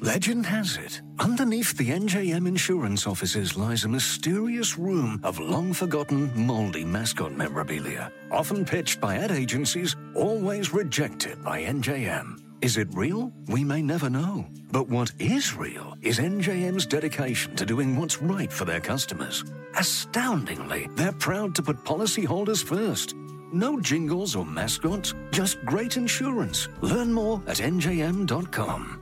Legend has it, underneath the NJM insurance offices lies a mysterious room of long forgotten, moldy mascot memorabilia, often pitched by ad agencies, always rejected by NJM. Is it real? We may never know. But what is real is NJM's dedication to doing what's right for their customers. Astoundingly, they're proud to put policyholders first. No jingles or mascots, just great insurance. Learn more at njm.com.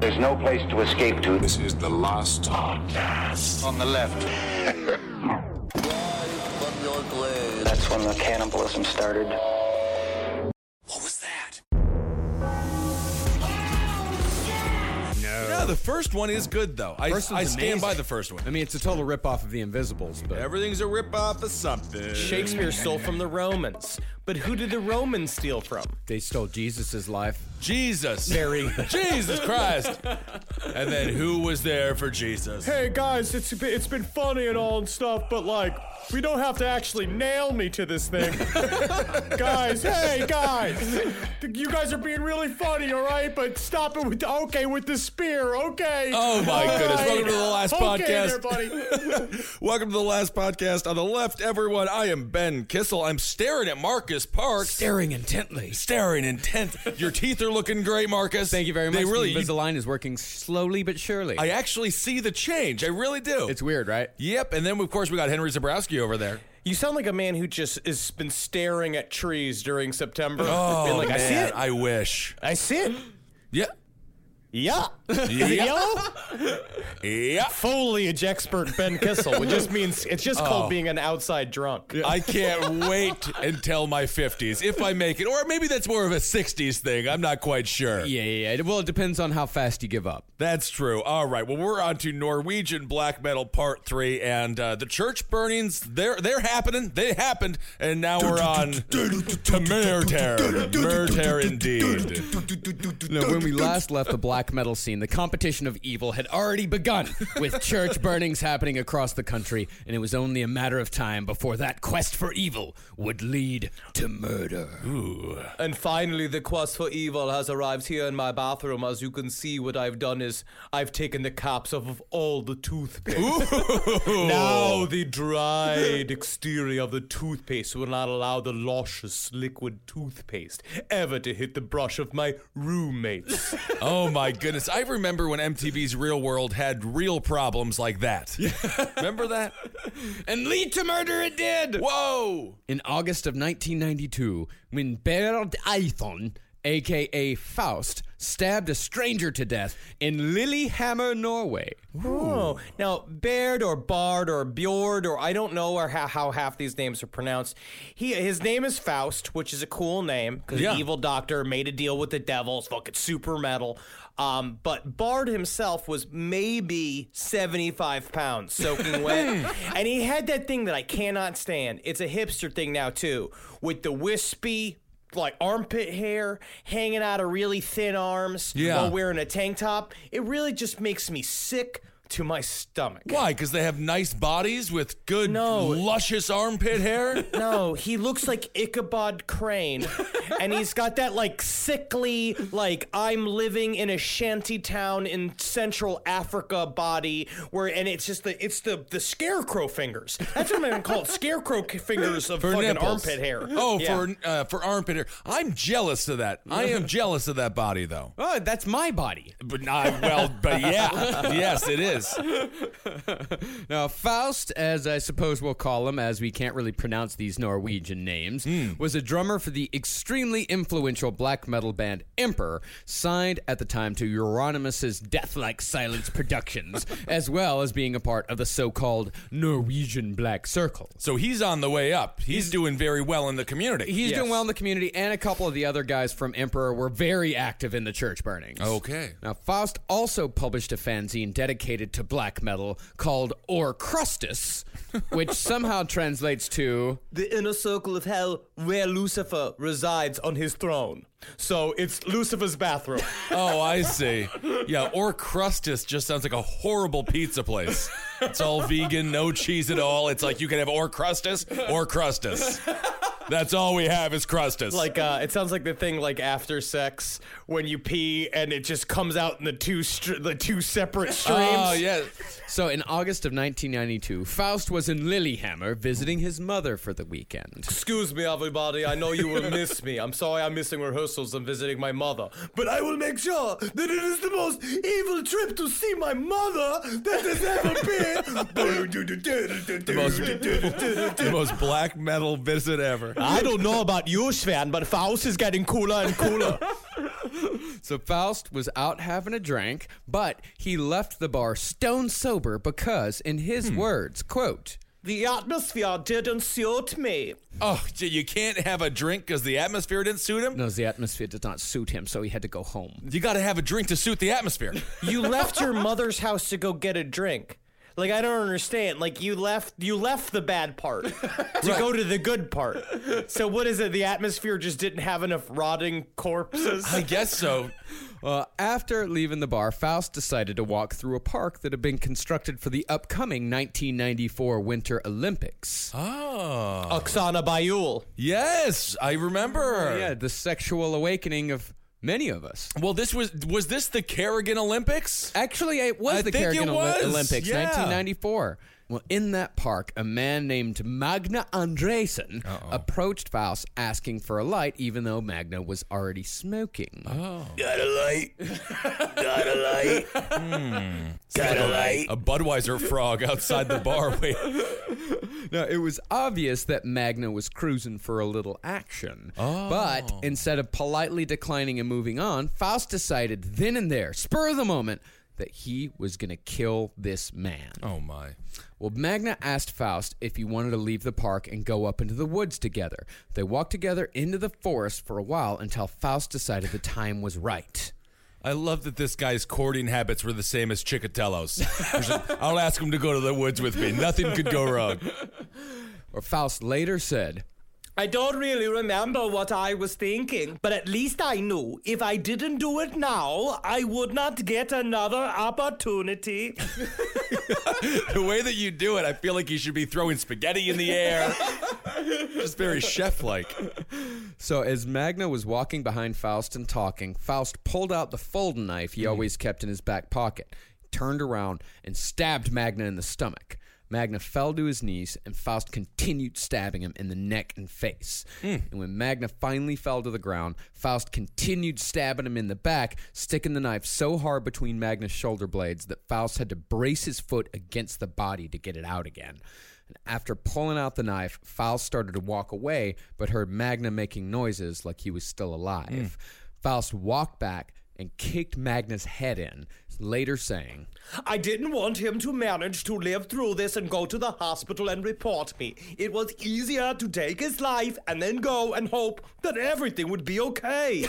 There's no place to escape to. This is the last On the left. That's when the cannibalism started. What was that? Yeah, the first one is good though. I, I First one's stand amazing. by the first one. I mean, it's a total ripoff of The Invisibles, but Everything's a rip off of something. Shakespeare stole from the Romans. But who did the Romans steal from? they stole Jesus' life. Jesus. Mary. Jesus Christ. And then who was there for Jesus? Hey guys, it's been- it's been funny and all and stuff, but like we don't have to actually nail me to this thing. guys, hey guys, you guys are being really funny, all right? But stop it with okay with the spear, okay? Oh my All goodness. right. Welcome to the last okay podcast. there, buddy. Welcome to the last podcast. On the left, everyone, I am Ben Kissel. I'm staring at Marcus Parks. Staring intently. staring intent. Your teeth are looking great, Marcus. Thank you very much. They really. the Invisalign is working slowly but surely. I actually see the change. I really do. it's weird, right? Yep. And then, of course, we got Henry Zabrowski over there. You sound like a man who just has been staring at trees during September. Oh. Been like, I see man, it. I wish. I see it. Yeah. Yeah. Yeah. Yellow Yeah. foliage expert Ben Kissel, which just means it's just Oh. called being an outside drunk. I can't wait until my 50s, if I make it. Or maybe that's more of a 60s thing. I'm not quite sure. Yeah, yeah, yeah. Well, it depends on how fast you give up. That's true. All right. Well, we're on to Norwegian black metal part three, and uh, the church burnings. They're they're happening. They happened, and now we're on to murder. Murder indeed. No, when we last left the black metal scene, the competition of evil had already begun, with church burnings happening across the country, and it was only a matter of time before that quest for evil would lead to murder. And finally, the quest for evil has arrived here in my bathroom. As you can see, what I've done is I've taken the caps off of all the toothpaste. Now the dried exterior of the toothpaste will not allow the luscious liquid toothpaste ever to hit the brush of my roommates. Oh my goodness! I remember when MTV's Real World had real problems like that. Remember that? And lead to murder it did! Whoa! in August of 1992 when Bernd Eithon, aka Faust, stabbed a stranger to death in Lillehammer, Norway. Oh, now Baird or Bard or Bjord or I don't know or how, how half these names are pronounced. He his name is Faust, which is a cool name because Yeah. the evil doctor made a deal with the devil. It's fucking super metal. Um, but Bard himself was maybe seventy five pounds soaking wet, Hmm. and he had that thing that I cannot stand. It's a hipster thing now too, with the wispy. Like armpit hair hanging out of really thin arms Yeah. while wearing a tank top. It really just makes me sick to my stomach. Why? Because they have nice bodies with good, No. luscious armpit hair. No, he looks like Ichabod Crane, and he's got that like sickly, like I'm living in a shanty town in Central Africa body, where and it's just the it's the the scarecrow fingers. That's what I'm gonna call it, scarecrow c- fingers of fucking nipples. armpit hair. Oh, Yeah. for uh, for armpit hair. I'm jealous of that. I am jealous of that body, though. Oh, that's my body. But not well. But yeah, yes, it is. Now, Faust, as I suppose we'll call him, as we can't really pronounce these Norwegian names, was a drummer for the extremely influential black metal band Emperor, signed at the time to Euronymous' Deathlike Silence Productions, as well as being a part of the so called Norwegian Black Circle. So he's on the way up. He's doing very well in the community. He's doing well in the community, and a couple of the other guys from Emperor were very active in the church burnings. Okay. Now, Faust also published a fanzine dedicated related to black metal called Orcrustus, which somehow translates to The inner circle of hell where Lucifer resides on his throne. So it's Lucifer's bathroom. Oh, I see. Yeah, or Crustus just sounds like a horrible pizza place. It's all vegan, no cheese at all. It's like you can have or Crustus or Crustus. That's all we have is Crustus. like uh, it sounds like the thing like after sex when you pee and it just comes out in the two str- the two separate streams. oh yeah. Uh, So in August of 1992, Faust was in Lilyhammer visiting his mother for the weekend. Excuse me, everybody. I know you will miss me. I'm sorry I'm missing rehearsals and visiting my mother. But I will make sure that it is the most evil trip to see my mother that has ever been. The most black metal visit ever. I don't know about you, Sven, but Faust is getting cooler and cooler. So Faust was out having a drink, but he left the bar stone sober because, in his words, quote, the atmosphere didn't suit me. Oh, so you can't have a drink because the atmosphere didn't suit him. no, the atmosphere did not suit him, so he had to go home. You got to have a drink to suit the atmosphere. You left your mother's house to go get a drink. Like I don't understand. Like you left you left the bad part to go to the good part. So what is it? The atmosphere just didn't have enough rotting corpses. I guess so. Uh, after leaving the bar, Faust decided to walk through a park that had been constructed for the upcoming 1994 Winter Olympics. Oh, Oksana Bayul. yes, I remember. Yeah, the sexual awakening of many of us. Well, this was was this the Kerrigan Olympics? Actually, it was I the think it Kerrigan Oli- was, Olympics, yeah. 1994. Well, in that park, a man named Magna Andresen approached Faust asking for a light, even though Magna was already Oh. smoking. Hmm. A Budweiser frog outside the bar. Wait, Now, it was obvious that Magna was cruising for a little action. But instead of politely declining and moving on, Faust decided then and there, spur of the moment, that he was going to kill this man. oh my. Well, Magna asked Faust if he wanted to leave the park and go up into the woods together. They walked together into the forest for a while until Faust decided the time was right. I love that this guy's courting habits were the same as Chicatello's. He's like, I'll ask him to go to the woods with me. Nothing could go wrong. Or Faust later said, I don't really remember what I was thinking, but at least I knew if I didn't do it now, I would not get another opportunity. The way that you do it, I feel like you should be throwing spaghetti in the air. Just very chef like. So, as Magna was walking behind Faust and talking, Faust pulled out the folding knife he always kept in his back pocket, turned around, and stabbed Magna in the stomach. Magna fell to his knees, and Faust continued stabbing him in the neck and face. And when Magna finally fell to the ground, Faust continued stabbing him in the back, sticking the knife so hard between Magna's shoulder blades that Faust had to brace his foot against the body to get it out again. And after pulling out the knife, Faust started to walk away, but heard Magna making noises like he was still alive. Hmm. Faust walked back and kicked Magna's head in, later saying, I didn't want him to manage to live through this and go to the hospital and report me. It was easier to take his life and then go and hope that everything would be okay.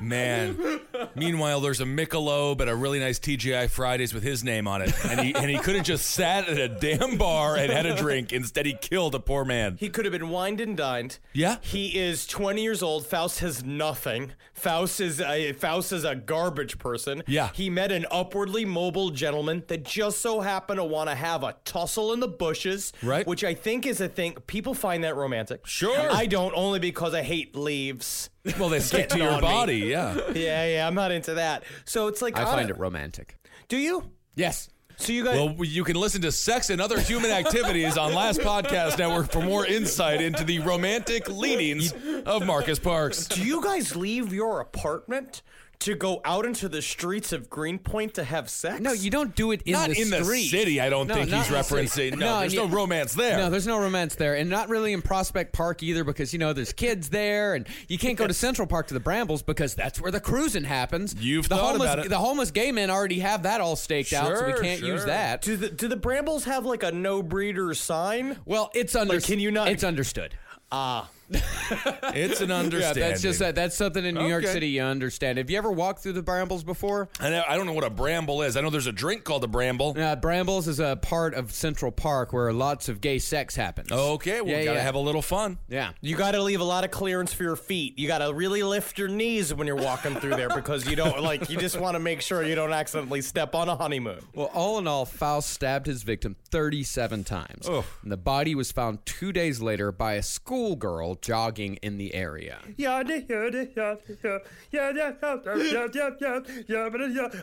Man. Meanwhile, there's a Michelob at a really nice TGI Fridays with his name on it. And he, and he could have just sat at a damn bar and had a drink. Instead, he killed a poor man. he could have been wined and dined. Yeah. He is 20 years old. Faust has nothing. Faust is a, Faust is a garbage person. Yeah. He met an upwardly mobile gentleman that just so happened to want to have a tussle in the bushes. Right. Which I think is a thing. People find that romantic. Sure. I don't only because I hate leaves. Well, they stick to Getting on your me. body, yeah. Yeah, yeah, I'm not into that. So it's like I on find a- it romantic. Do you? Yes. So you guys. Well, you can listen to Sex and Other Human Activities on Last Podcast Network for more insight into the romantic leanings of Marcus Parks. do you guys leave your apartment to go out into the streets of Greenpoint to have sex? No, you don't do it in Not the in the street. city, I don't No, think not he's in the referencing. city. No, No, there's and no you- romance there. No, there's no romance there, and not really in Prospect Park either, because you know there's kids there, and you can't go to Central Park to the Brambles because that's where the cruising happens. You've the thought homeless, about it. The homeless gay men already have that all staked out, so we Sure, can't use sure. that. Do the do the brambles have like a no breeder sign? Well, it's under. Like, can you not- It's understood. Ah, It's an understanding. Yeah, that's just that. That's something in New York Okay. City you understand. Have you ever walked through the brambles before? And I I don't know what a bramble is. I know there's a drink called a bramble. Uh, brambles is a part of Central Park where lots of gay sex happens. Okay, well, we Yeah, gotta yeah. have a little fun. yeah. You got to leave a lot of clearance for your feet. You got to really lift your knees when you're walking through there because you don't like you just want to make sure you don't accidentally step on a honeymoon. Well, all in all, Faust stabbed his victim 37 times. And the body was found two days later by a schoolgirl jogging in the area.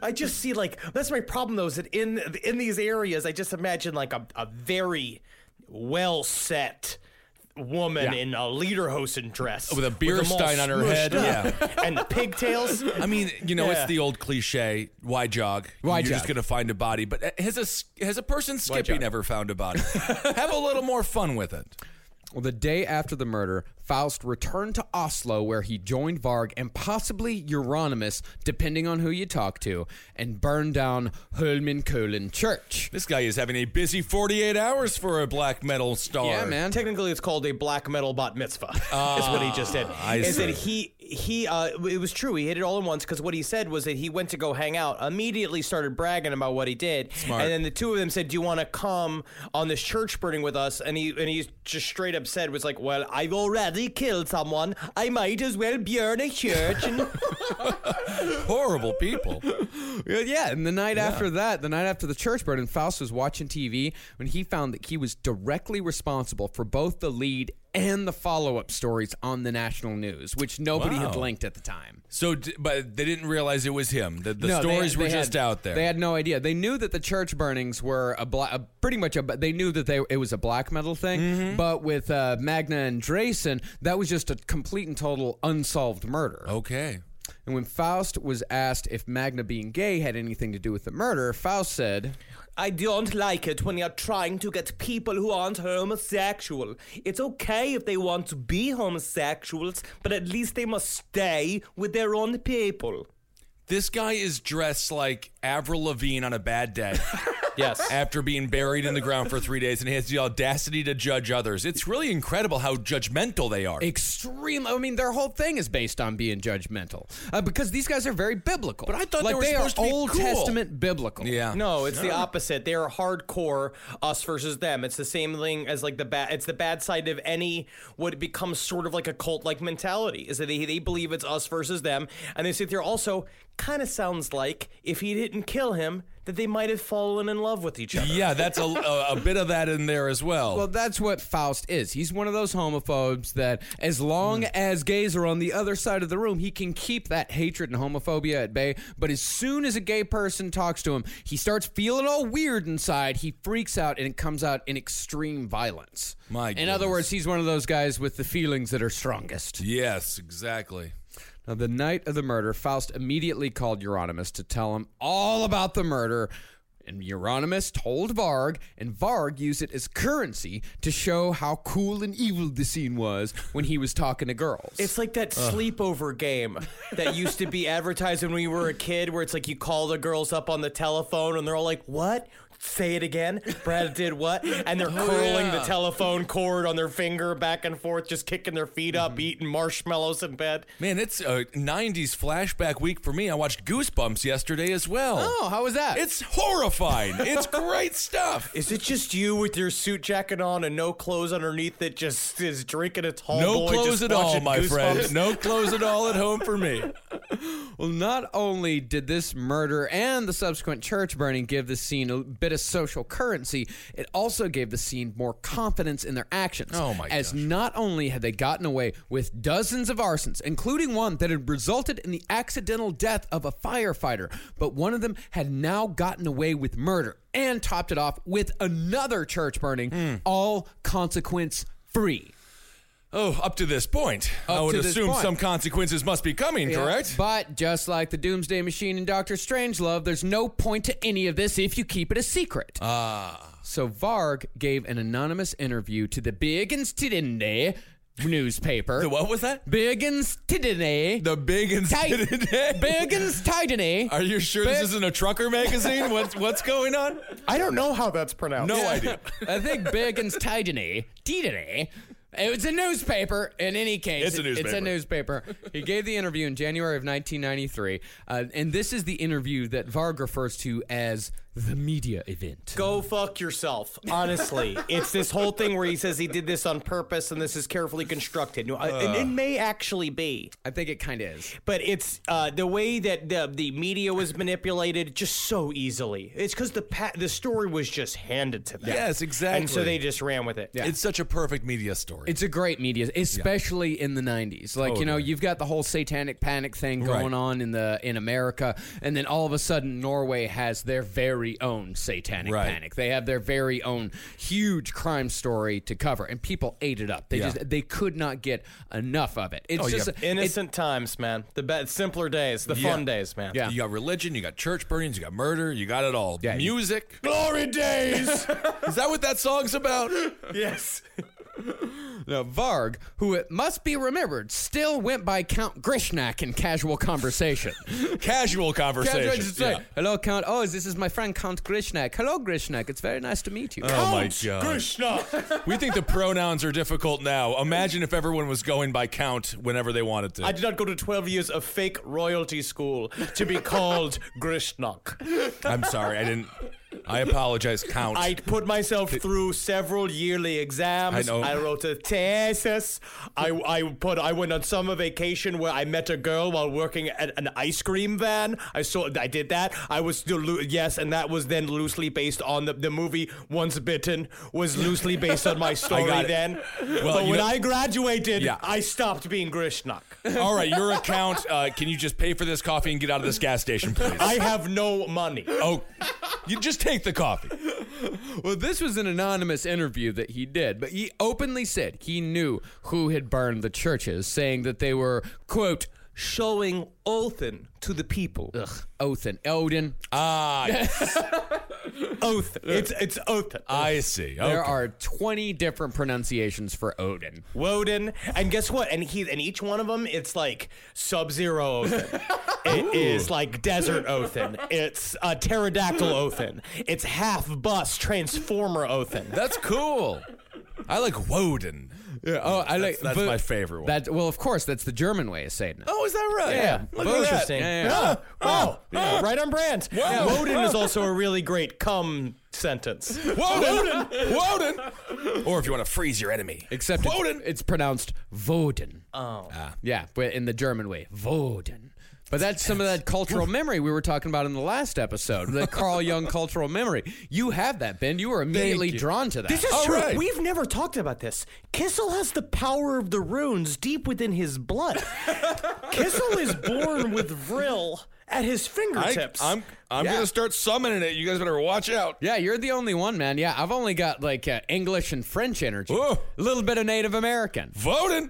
I just see like that's my problem though is that in in these areas I just imagine like a, a very well set woman in a lederhosen dress With a beer them all stein on her smooshed head, up and pigtails. I mean, you know, Yeah. it's the old cliche: why jog? Why You're just jog? gonna find a body. But uh, has a s- has a person skipping ever found a body? have a little more fun with it. Well, the day after the murder, Faust returned to Oslo where he joined Varg and possibly Euronymous, depending on who you talk to, and burned down Holmenkollen Church. This guy is having a busy 48 hours for a black metal star. Yeah, man. Technically, it's called a black metal bat mitzvah. is what he just did. Ah, I is that see. he he? Uh, it was true. He hit it all in once because what he said was that he went to go hang out. Immediately started bragging about what he did. Smart. And then the two of them said, "Do you want to come on this church burning with us?" And he and he just straight up said, "Was like, well, I've already killed someone. I might as well burn a church." And Horrible people. Yeah, Yeah, and the night after that, the night after the church burn, and Faust was watching TV when he found that he was directly responsible for both the lead and the follow-up stories on the national news, which nobody had Wow. linked at the time. So, d- but they didn't realize it was him. The, the No, they- stories were they just had- out there. They had no idea. They knew that the church burnings were a, bla- a pretty much a. They knew that they it was a black metal thing, Mm-hmm. but with uh, Magna and Drayson, that was just a complete and total unsolved murder. okay. And when Faust was asked if Magna being gay had anything to do with the murder, Faust said, I don't like it when you're trying to get people who aren't homosexual. It's okay if they want to be homosexuals, but at least they must stay with their own people. This guy is dressed like Avril Lavigne on a bad day. Yes. After being buried in the ground for three days, and he has the audacity to judge others. It's really incredible how judgmental they are. extreme. I mean, their whole thing is based on being judgmental uh, because these guys are very biblical. But I thought they like were are supposed to be Old cool. Testament biblical. yeah. No, it's the opposite. They are hardcore us versus them. It's the same thing as like the bad. It's the bad side of any what becomes sort of like a cult like mentality is that they they believe it's us versus them, and they sit there. Also, kind of sounds like if he didn't kill him, that they might have fallen in love with each other. Yeah, that's a, a, a bit of that in there as well. Well, that's what Faust is. He's one of those homophobes that, as long Mm. as gays are on the other side of the room, he can keep that hatred and homophobia at bay. But as soon as a gay person talks to him, he starts feeling all weird inside. He freaks out, and it comes out in extreme violence. My in other goodness. words, he's one of those guys with the feelings that are strongest. yes, exactly. Now, the night of the murder, Faust immediately called Euronymous to tell him all about the murder. And Euronymous told Varg, and Varg used it as currency to show how cool and evil the scene was when he was talking to girls. It's like that sleepover game that used to be advertised when we were a kid, where it's like you call the girls up on the telephone and they're all like, "What? Say it again." Brad did what? And they're curling the telephone cord on their finger back and forth, just kicking their feet up, eating marshmallows in bed. Man, it's a 90s flashback week for me. I watched Goosebumps yesterday as well. oh, how was that? It's horrifying. it's great stuff. Is it just you with your suit jacket on and no clothes underneath that just is drinking a tall No boy? clothes just at all, watching my friend. Goosebumps? No clothes at all at home for me. well, not only did this murder and the subsequent church burning give the scene a bit of social currency, it also gave the scene more confidence in their actions. Oh, my As gosh. not only had they gotten away with dozens of arsons, including one that had resulted in the accidental death of a firefighter, but one of them had now gotten away with murder and topped it off with another church burning, Hmm. all consequence free. Oh, up to this point. I Up would to this assume point. some consequences must be coming, Yeah, correct? But just like the Doomsday Machine and Doctor Strangelove, there's no point to any of this if you keep it a secret. Ah. So Varg gave an anonymous interview to the Big and Stidende newspaper. The what was that? Big and Stidende. The big and Tight. Big and Stidende. Are you sure this isn't a trucker magazine? What's what's going on? I don't know how that's pronounced. No idea. I think Big and Stidende. Tidene It was a newspaper. In any case, It's a It's a newspaper. newspaper. he gave the interview in January of 1993, uh, and this is the interview that Varg refers to as the media event. Go fuck yourself. Honestly, it's this whole thing where he says he did this on purpose and this is carefully constructed. No, I- and it may actually be, I think it kind of is. but it's uh, the way that the, the media was manipulated just so easily. It's because the pa- the story was just handed to them. Yes, And so exactly. they just ran with it. It's such a perfect media story. It's a great media, especially in the '90s. Like you know, you've got the whole satanic panic thing going Right. on in the in America, and then all of a sudden, Norway has their very own satanic Right. panic. They have their very own huge crime story to cover, and people ate it up. They Yeah. just they could not get enough of it. It's Oh, yeah. just Innocent times, man. The be- simpler days, the fun days, man. Yeah. you got religion, you got church burnings, you got murder, you got it all. Music. Glory days. Is that what that song's about? Yes. Now, Varg, who it must be remembered, still went by Count Grishnak in casual conversation. Casual conversation. Casual, just like, Yeah. Hello, Count. Oh, this is my friend Count Grishnak. Hello, Grishnak. It's very nice to meet you. Oh my Ouch, god. Krishna. We think the pronouns are difficult now. Imagine if everyone was going by count whenever they wanted to. I did not go to 12 years of fake royalty school to be called Grishnak. I'm sorry, I didn't. I apologize, count. I put myself through several yearly exams. I know. wrote a thesis. I, I put I went on summer vacation where I met a girl while working at an ice cream van. I saw I did that. I was still loo- yes, and that was then loosely based on the, the movie Once Bitten was loosely based on my story got it. then. Well, but you when know- I graduated, Yeah. I stopped being Grishnak. All right, your account. Uh, can you just pay for this coffee and get out of this gas station, please? I have no money. oh, you just take the coffee. Well, this was an anonymous interview that he did, but he openly said he knew who had burned the churches, saying that they were, quote, showing Othin to the people. ugh, Othin, Odin. Ah, Oath. It's it's Othin. I see. Oh, Okay. There are 20 different pronunciations for Odin. Woden. And guess what? And he and each one of them, it's like Sub-Zero Othin. it is like Desert Othin. It's uh, Pterodactyl Othin. It's half bus Transformer Othin. That's cool. I like Woden. Yeah, oh, I like that's but- my favorite one. That well, of course, that's the German way of saying it. Oh, is that right? Yeah. Look at Vote. that. Interesting. Yeah, yeah, Ah, Oh, wow. Ah, right on brand. Wow. Woden is also a really great cum sentence. Woden. Woden. Or if you want to freeze your enemy. Except it's- Woden. It's, pronounced Voden. Oh. Yeah, but in the German way, Voden. But that's some of that cultural memory we were talking about in the last episode, the Carl Jung cultural mery. You have that, Ben. You were immediately drawn to that. Oh, This is All true. right. We've never talked about this. Kissel has the power of the runes deep within his blood. Kissel is born with Vril at his I, fingertips. I'm. I'm Yeah. gonna start summoning it. You guys better watch out. yeah, you're the only one, man. Yeah, I've only got like uh, English and French energy, Whoa. a little bit of Native American. Voden.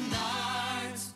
Menards.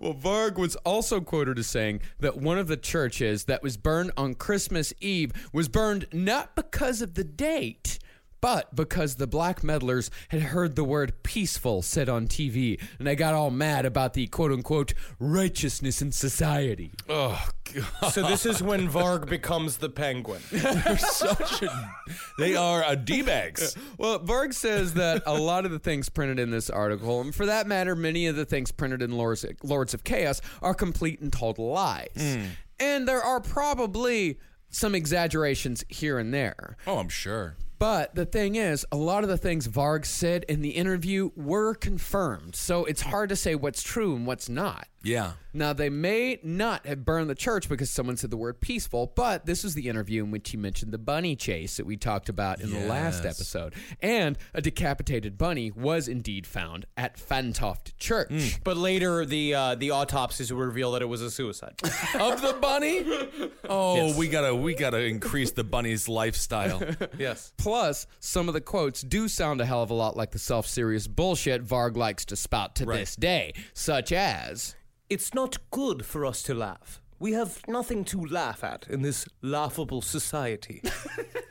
Well, Varg was also quoted as saying that one of the churches that was burned on Christmas Eve was burned not because of the date, but because the black meddlers had heard the word peaceful said on TV and they got all mad about the quote unquote righteousness in society. Oh, God. So this is when Varg becomes the penguin. They're such a. They are a D bags. Well, Varg says that a lot of the things printed in this article, and for that matter, many of the things printed in Lords, Lords of Chaos, are complete and total lies. Hmm. And there are probably some exaggerations here and there. Oh, I'm sure. But the thing is, a lot of the things Varg said in the interview were confirmed, so it's hard to say what's true and what's not. Yeah. Now, they may not have burned the church because someone said the word peaceful, but this was the interview in which he mentioned the bunny chase that we talked about in the last Yes. episode. And a decapitated bunny was indeed found at Fantoft Church. Hmm. But later, the uh, the autopsies will reveal that it was a suicide. Of the bunny? Oh, we gotta we gotta increase the bunny's lifestyle. yes. Plus, some of the quotes do sound a hell of a lot like the self serious bullshit Varg likes to spout to Right. this day, such as. It's not good for us to laugh. We have nothing to laugh at in this laughable society.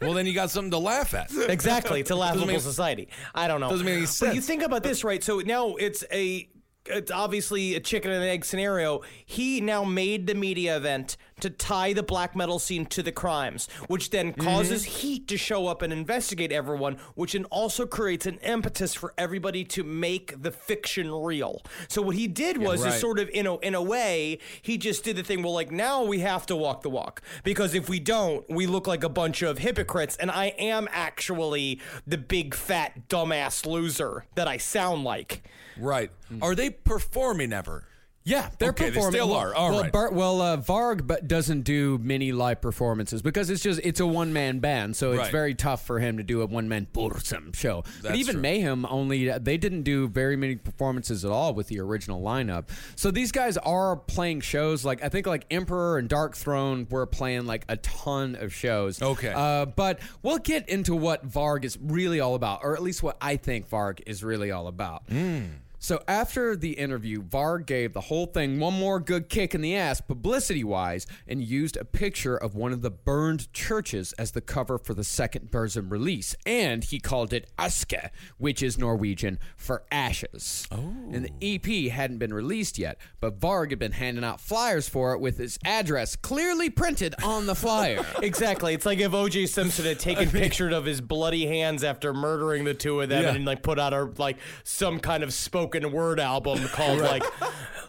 Well, then you got something to laugh at. exactly. It's a laughable mean- society. I don't know. doesn't make any But you sense. think about this, right? So now it's a it's obviously a chicken and egg scenario. He now made the media event to tie the black metal scene to the crimes, which then Mm-hmm. causes Heat to show up and investigate everyone, which then also creates an impetus for everybody to make the fiction real. So what he did was right. is sort of in a in a way, he just did the thing well like now we have to walk the walk because if we don't, we look like a bunch of hypocrites and I am actually the big fat dumbass loser that I sound like. Right. Are they performing ever? Yeah, they're Okay, they performing. still well, are. All well, right. Bar- well, uh, Varg but doesn't do many live performances because it's just it's a one man band, so it's Right. very tough for him to do a one man bursum show. but That's even true. Mayhem only uh, they didn't do very many performances at all with the original lineup. So these guys are playing shows like I think like Emperor and Dark Throne were playing like a ton of shows. Okay. Uh, but we'll get into what Varg is really all about, or at least what I think Varg is really all about. Hmm. So after the interview, Varg gave the whole thing one more good kick in the ass, publicity wise, and used a picture of one of the burned churches as the cover for the second Burzum release. And he called it Aske, which is Norwegian for ashes. Oh. And the EP hadn't been released yet, but Varg had been handing out flyers for it with his address clearly printed on the flyer. Exactly. It's like if OJ Simpson had taken pictures of his bloody hands after murdering the two of them Yeah. and like put out our like some kind of spoken word album called like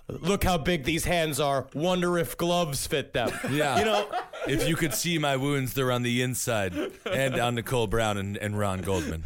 Look how big these hands are. Wonder if gloves fit them. Yeah. You know, If you could see my wounds, they're on the inside and on Nicole Brown and, and Ron Goldman.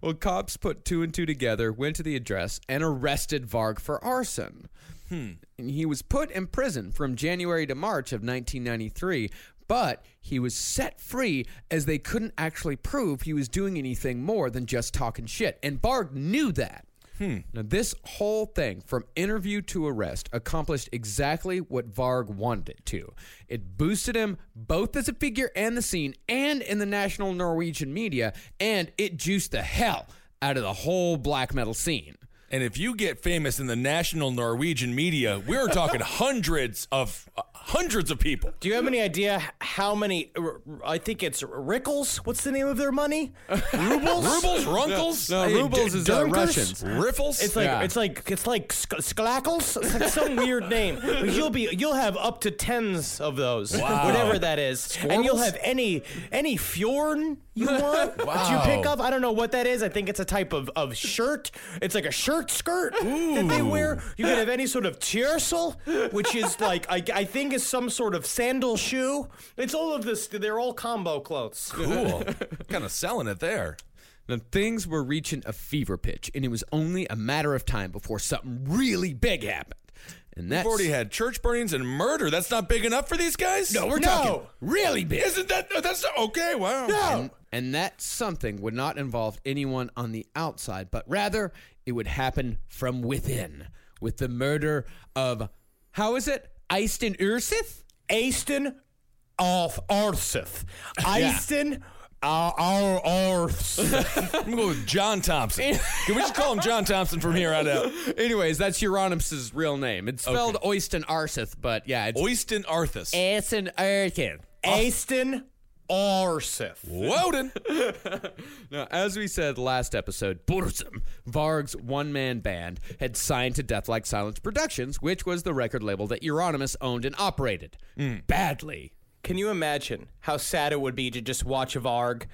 Well, cops put two and two together, went to the address, and arrested Varg for arson. And he was put in prison from January to March of 1993, but he was set free as they couldn't actually prove he was doing anything more than just talking shit. And Varg knew that. Hmm. Now, this whole thing, from interview to arrest, accomplished exactly what Varg wanted it to. It boosted him both as a figure and the scene, and in the national Norwegian media, and it juiced the hell out of the whole black metal scene. And if you get famous in the national Norwegian media, we're talking hundreds of uh, hundreds of people. Do you have any idea how many? r- r- I think it's Rickles. What's the name of their money? Uh, Rubles. Rubles? Runkles? I No, mean, rubles d- is, uh, dunkers? Russians. Riffles? It's like Yeah. it's like it's like sk- sklackles. It's like some weird name. But you'll be you'll have up to tens of those. Wow. Whatever that is, and you'll Squirrels? have any any fjorn you want that you pick Wow. up. I don't know what that is. I think it's a type of, of shirt. It's like a shirt skirt that they wear. You can have any sort of tiersel, which is like I, I think is some sort of sandal shoe. It's all of this. They're all combo clothes. Cool. kind of selling it there. Now, things were reaching a fever pitch, and it was only a matter of time before something really big happened. And that's We've already had church burnings and murder. That's not big enough for these guys. No, we're talking really big. Isn't that? That's not, okay. Wow. And, and that something would not involve anyone on the outside, but rather it would happen from within with the murder of, how is it? Eiston Ursith? Eiston of Arsith. Eiston uh, I'm gonna go with John Thompson. Can we just call him John Thompson from here on out? Anyways, that's Euronymous' real name. It's spelled Oyston Arsith, but yeah, it's Oyston Arthas. Eiston Urkin. Eiston Arsith. Woden. now, as we said last episode, Burzum, Varg's one man band, had signed to Deathlike Silence Productions, which was the record label that Euronymous owned and operated. Hmm. Badly. Can you imagine how sad it would be to just watch a Varg?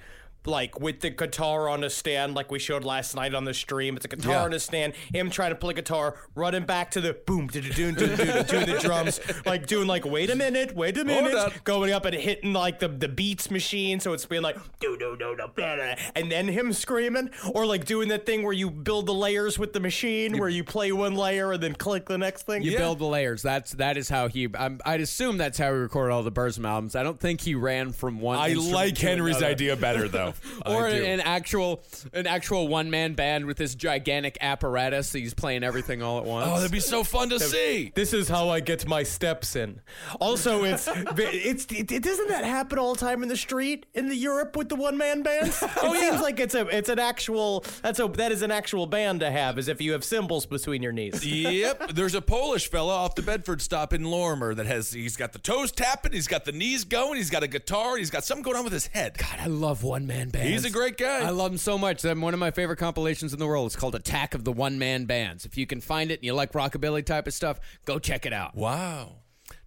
Like with the guitar on a stand, like we showed last night on the stream. It's a guitar Yeah. on a stand. Him trying to play guitar, running back to the boom, do do do do do the drums, like doing like wait a minute, wait a Hold minute, up. going up and hitting like the the beats machine. So it's being like do do do do blah, blah, and then him screaming, or like doing that thing where you build the layers with the machine, where you play one layer and then click the next thing. You build the layers. That's that is how he. I'm, I'd assume that's how he recorded all the Burzum albums. I don't think he ran from one. I instrument like to Henry's another. idea better though. Or I do. an actual an actual one man band with this gigantic apparatus. He's playing everything all at once. oh, that'd be so fun to see. This is how I get my steps in. Also, it's it's it, it doesn't that happen all the time in the street in the Europe with the one man bands? It oh, seems like it's a it's an actual that's a that is an actual band to have is if you have cymbals between your knees. yep, there's a Polish fella off the Bedford stop in Lorimer that has he's got the toes tapping, he's got the knees going, he's got a guitar, he's got something going on with his head. God, I love one man bands. He's a great guy. I love him so much. I'm one of my favorite compilations in the world. It's called Attack of the One Man Bands. If you can find it and you like rockabilly type of stuff, go check it out. Wow.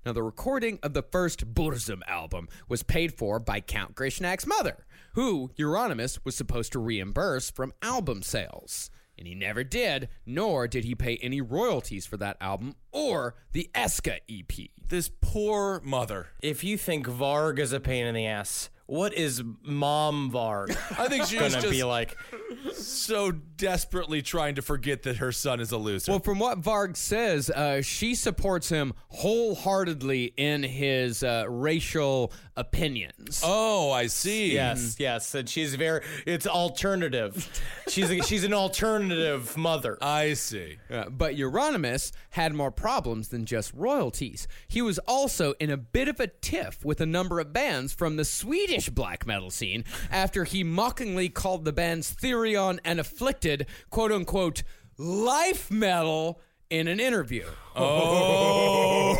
Now, the recording of the first Burzum album was paid for by Count Grishnak's mother, who Euronymous was supposed to reimburse from album sales. And he never did, nor did he pay any royalties for that album or the Eska E EP. This poor mother. If you think Varg is a pain in the ass, what is Mom Varg? I think she was gonna be just- Mm. like. So desperately trying to forget that her son is a loser. Well, from what Varg says, uh, she supports him wholeheartedly in his uh, racial opinions. oh, I see. Yes, yes, and she's very. It's alternative. She's a, she's an alternative mother. I see. Uh, but Euronymous had more problems than just royalties. He was also in a bit of a tiff with a number of bands from the Swedish black metal scene after he mockingly called the bands Therion and Afflicted, quote unquote, life metal in an interview. Oh,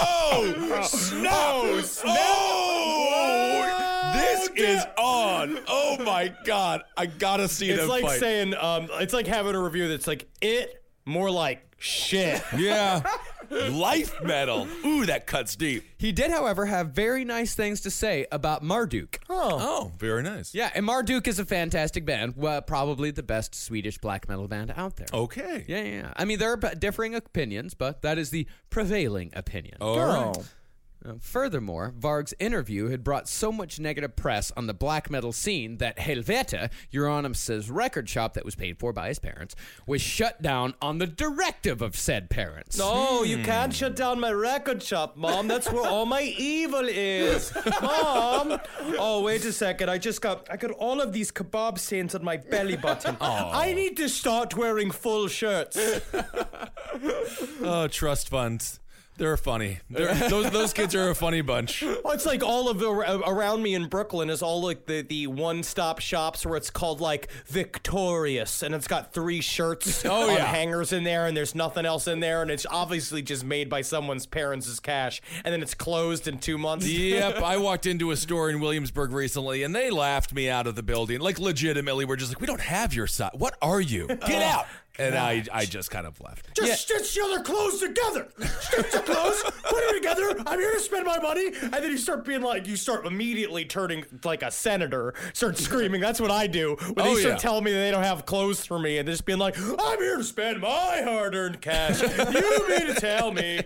oh, snap! Oh, this is on. Oh my God! I gotta see It's them like fight. saying, um, it's like having a review that's like it, more like shit. yeah, life metal. Ooh, that cuts deep. He did, however, have very nice things to say about Marduk. Oh, very nice. Yeah, and Marduk is a fantastic band, well, probably the best Swedish black metal band Oh. out there. Okay. Yeah, yeah, yeah. I mean, there are b- differing opinions, but that is the prevailing opinion. All right. Uh, furthermore, Varg's interview had brought so much negative press on the black metal scene that Helveta, Euronymous' record shop that was paid for by his parents, was shut down on the directive of said parents. No, you can't shut down my record shop, Mom. That's where all my evil is. Mom! Oh, wait a second. I just got, I got all of these kebab stains on my belly button. I need to start wearing full shirts. Oh, Uh, trust funds. They're funny. They're, those those kids are a funny bunch. Well, it's like all of the, around me in Brooklyn is all like the, the one stop shops where it's called like Victorious and it's got three shirts Oh, on yeah. hangers in there and there's nothing else in there and it's obviously just made by someone's parents' cash and then it's closed in two months. yep, I walked into a store in Williamsburg recently and they laughed me out of the building. Like legitimately, we're just like, we don't have your size. What are you? Get Oh, out! And I, I just kind of left. Just stitch the other clothes together. Stitch the clothes, put them together. I'm here to spend my money, and then you start being like, you start immediately turning like a senator, start screaming. That's what I do. When Oh, they start yeah. telling me that they don't have clothes for me, and they're just being like, I'm here to spend my hard earned cash. you mean to tell me?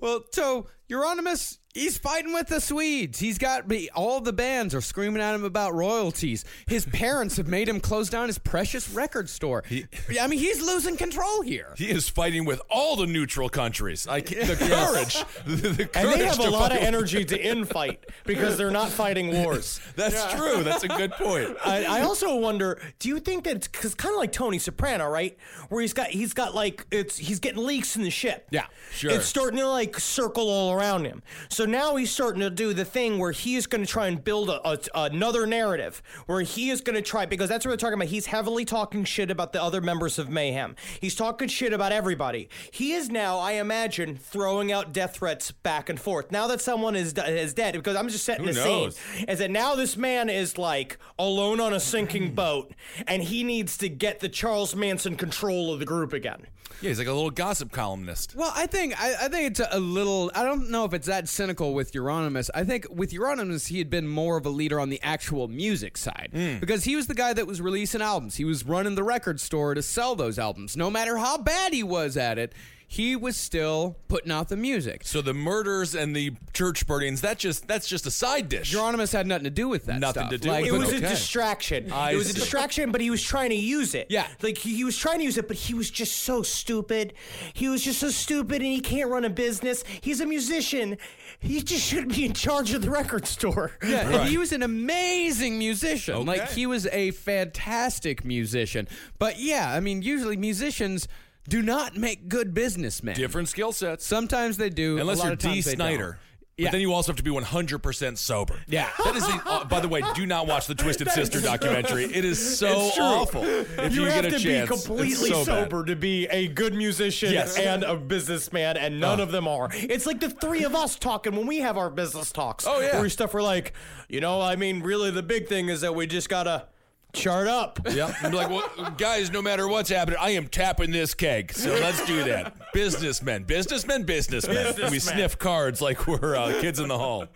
Well, so Euronymous, he's fighting with the Swedes. He's got all the bands are screaming at him about royalties. His parents have made him close down his precious record store. I mean, he's losing control here. He is fighting with all the neutral countries. I ca- the courage, the, the courage. And they have a to lot of fight with- energy to infight because they're not fighting wars. That's true. That's a good point. I, I also wonder, do you think that it's cause kind of like Tony Soprano, right? Where he's got he's got like it's he's getting leaks in the ship. Yeah, sure. It's starting to like circle all around him. So now he's starting to do the thing where he is going to try and build a, a, another narrative where he is going to try because that's what we're talking about. He's heavily talking shit about the other members of Mayhem. He's talking shit about everybody. He is now, I imagine, throwing out death threats back and forth. Now that someone is is dead, because I'm just setting Who the knows? scene is that now this man is like alone on a sinking boat and he needs to get the Charles Manson control of the group again. Yeah, he's like a little gossip columnist. Well, I think I, I think it's a, a little. I don't know if it's that cynical with Euronymous. I think with Euronymous, he had been more of a leader on the actual music side because he was the guy that was releasing albums. He was running the record store to sell those albums, no matter how bad he was at it. He was still putting out the music. So the murders and the church burnings, that just that's just a side dish. Euronymous had nothing to do with that. Nothing stuff. to do Like, with It was a okay. distraction. I it was a see. distraction, but he was trying to use it. Yeah. Like he, he was trying to use it, but he was just so stupid. He was just so stupid and he can't run a business. He's a musician. He just should be in charge of the record store. Yeah, and he was an amazing musician. Like he was a fantastic musician. But yeah, I mean, usually musicians do not make good businessmen. Different skill sets. Sometimes they do. Unless a lot you're of times D. they Snyder. don't. But then you also have to be 100% sober. Yeah. That is the, uh, by the way, do not watch the Twisted That is Sister so- documentary. It is so It's true. awful. If you, have get a to chance, be It's completely so bad. sober to be a good musician Yes. and a businessman, and none Oh. of them are. It's like the three of us talking when we have our business talks. Oh, yeah. where stuff we're like, you know, I mean, really, the big thing is that we just gotta chart up. Yep. I'm like, well, guys, no matter what's happening, I am tapping this keg. So let's do that. businessmen, businessmen, businessmen. We Businessmen. sniff cards like we're uh, kids in the hall.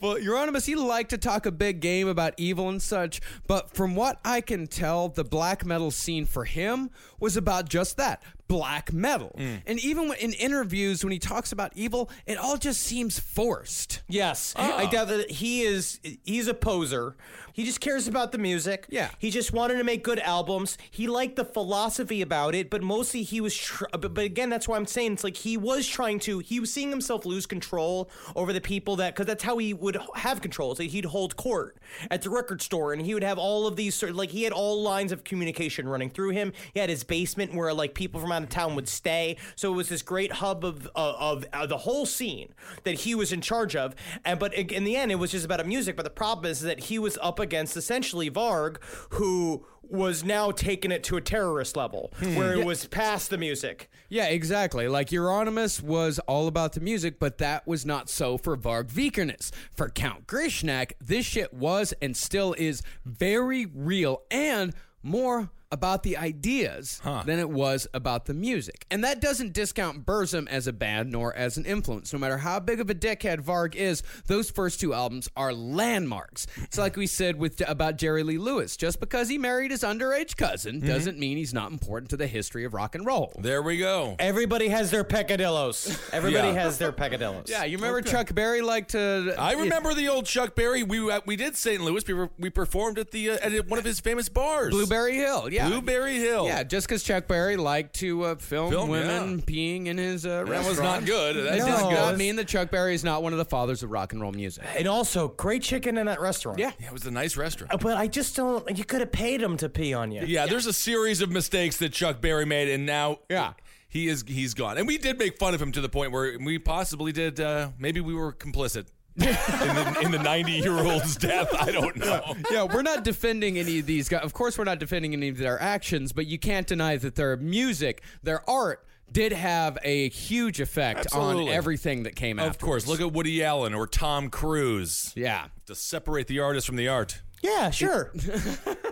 Well, Euronymous, he liked to talk a big game about evil and such, but from what I can tell, the black metal scene for him was about just that black metal. Mm. And even when, in interviews, when he talks about evil, it all just seems forced. Yes, I gather that he is. He's a poser. He just cares about the music. Yeah, he just wanted to make good albums. He liked the philosophy about it, but mostly he was. Tr- uh, but, but again, that's why I'm saying it's like he was trying to. He was seeing himself lose control over the people that because that's how he would h- have control. So he'd hold court at the record store, and he would have all of these sort like he had all lines of communication running through him. He had his basement where like people from out of town would stay. So it was this great hub of uh, of uh, the whole scene that he was in charge of. And but in in the end, it was just about a music. But the problem is that he was up against essentially Varg, who was now taking it to a terrorist level, Hmm. where it Yeah. was past the music. Yeah, exactly. Like Euronymous was all about the music, but that was not so for Varg Vikernes. For Count Grishnak, this shit was and still is very real and more about the ideas than it was about the music. And that doesn't discount Burzum as a band nor as an influence. No matter how big of a dickhead Varg is, those first two albums are landmarks. It's like we said with about Jerry Lee Lewis. Just because he married his underage cousin Mhm. doesn't mean he's not important to the history of rock and roll. There we go. Everybody has their peccadillos. Everybody Yeah. has their peccadillos. Yeah, you remember Chuck Berry liked to. I remember the old Chuck Berry. We uh, we did St. Louis. We, were, we performed at the uh, at one of his famous bars, Blueberry Hill. Yeah, Blueberry Hill. Yeah, just because Chuck Berry liked to uh, film, Film, women peeing in his uh, That was restaurant. not good. That That was does not not good. mean that Chuck Berry is not one of the fathers of rock and roll music. And also, great chicken in that restaurant. Yeah. It was a nice restaurant. Oh, Uh, But I just don't. You could have paid him to pee on you. Yeah, there's a series of mistakes that Chuck Berry made, and now yeah. He is he's gone, and we did make fun of him to the point where we possibly did. Uh, maybe we were complicit in the ninety-year-old's death. I don't know. yeah, we're not defending any of these guys. Of course, we're not defending any of their actions, but you can't deny that their music, their art, did have a huge effect Absolutely. on everything that came out. Of course, look at Woody Allen or Tom Cruise. Yeah, to separate the artist from the art. Yeah, sure.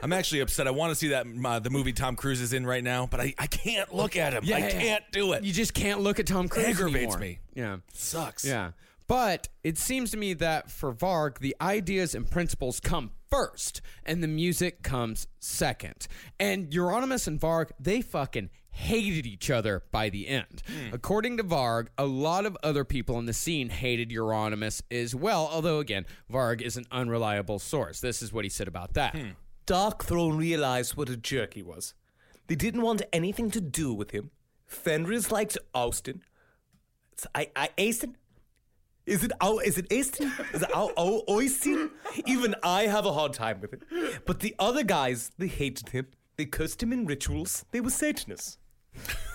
I'm actually upset. I want to see that uh, the movie Tom Cruise is in right now, but I, I can't look at him. I can't. do it. You just can't look at Tom Cruise. Aggravates anymore. me. Yeah. Sucks. Yeah. But it seems to me that for Varg, the ideas and principles come first, and the music comes second. And Euronymous and Varg, they fucking hated each other by the end. Hmm. According to Varg, a lot of other people in the scene hated Euronymous as well, although, again, Varg is an unreliable source. This is what he said about that. Hmm. Dark Throne realized what a jerk he was. They didn't want anything to do with him. Fenris liked Austin. It's- I, I, Austin? Is it, Au- is it Austin? Is it Au- Au- Austin? Even I have a hard time with it. But the other guys, they hated him. They cursed him in rituals. They were Satanists.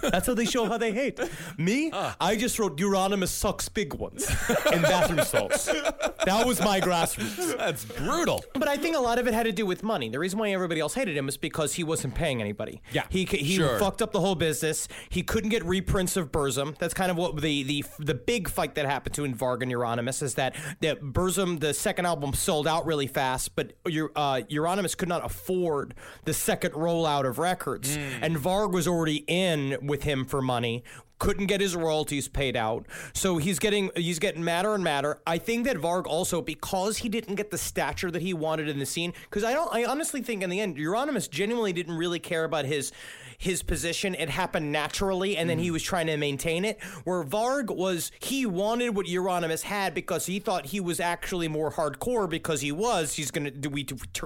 That's how they show how they hate. Me, I just wrote Euronymous sucks big ones in bathroom salts. That was my grassroots. That's brutal. But I think a lot of it had to do with money. The reason why everybody else hated him is because he wasn't paying anybody. Yeah, he c- he sure. fucked up the whole business. He couldn't get reprints of Burzum. That's kind of what the the the big fight that happened to in Varg and Euronymous is that that Burzum the second album sold out really fast, but Eu- uh, Euronymous could not afford the second rollout of records, and Varg was already in with him for money couldn't get his royalties paid out. So he's getting he's getting madder and madder. I think that Varg also because he didn't get the stature that he wanted in the scene because I don't I honestly think in the end Euronymous genuinely didn't really care about his his position. It happened naturally and then he was trying to maintain it. Where Varg was he wanted what Euronymous had because he thought he was actually more hardcore because he was he's going to we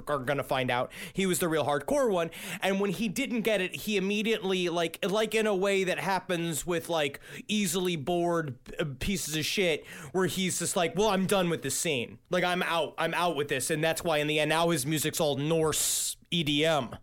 are going to find out he was the real hardcore one and when he didn't get it he immediately like like in a way that happens with like easily bored uh, pieces of shit where he's just like well i'm done with this scene like i'm out i'm out with this and that's why in the end now his music's all norse E edm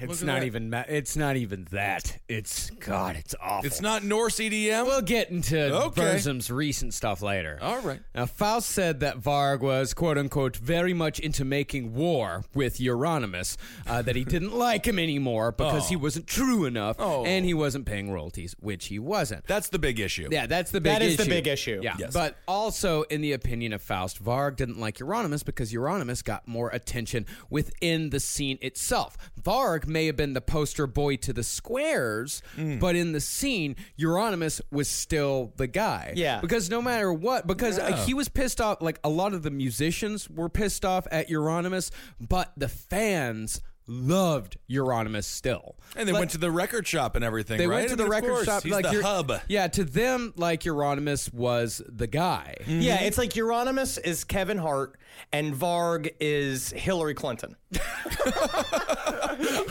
It's not even. Ma- it's not even that. It's God. It's awful. It's not Norse E EDM. We'll get into Okay. Burzum's recent stuff later. All right. Now Faust said that Varg was quote unquote very much into making war with Euronymous, uh, that he didn't like him anymore because Oh. he wasn't true enough and he wasn't paying royalties, which he wasn't. That's the big issue. Yeah, that's the big That issue. is the big issue. Yeah. Yes. But also, in the opinion of Faust, Varg didn't like Euronymous because Euronymous got more attention within the scene itself. Varg may have been the poster boy to the squares, Mm. but in the scene, Euronymous was still the guy. Yeah. Because no matter what, because uh, Yeah. he was pissed off, like a lot of the musicians were pissed off at Euronymous, but the fans loved Euronymous still. And they Like- went to the record shop and everything. they right? went to I the mean, of record course, shop. He's like the Eur- hub. Yeah, to them, like Euronymous was the guy. Mm-hmm. yeah it's like euronymous is kevin hart and varg is hillary clinton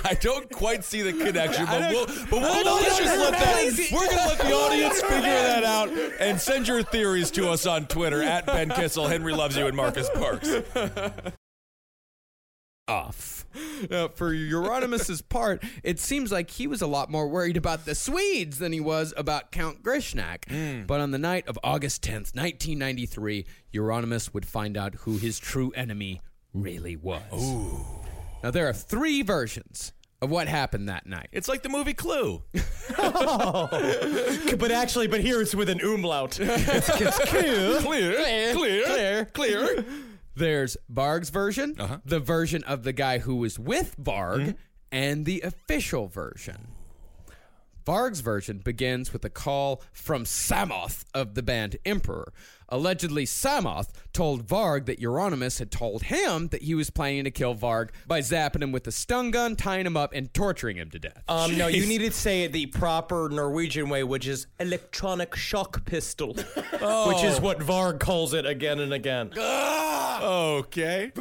I don't quite see the connection, I but don't- we'll, but we'll, I don't let's just let that. understand. We're gonna let the audience figure that out and send your theories to us on Twitter at Ben Kissel, Henry loves you, and Marcus Parks. off. Uh, for Euronymous' part, it seems like he was a lot more worried about the Swedes than he was about Count Grishnak. Mm. But on the night of August 10th, 1993, Euronymous would find out who his true enemy really was. Ooh. Now, there are three versions of what happened that night. It's like the movie Clue. but actually but here it's with an umlaut it's, it's clear clear clear clear Uh-huh. There's Varg's version, the version of the guy who was with Varg, Mm-hmm. and the official version. Varg's version begins with a call from Samoth of the band Emperor. Allegedly, Samoth told Varg that Euronymous had told him that he was planning to kill Varg by zapping him with a stun gun, tying him up, and torturing him to death. Um, no, you need to say it the proper Norwegian way, which is electronic shock pistol, which Oh. is what Varg calls it again and again. okay.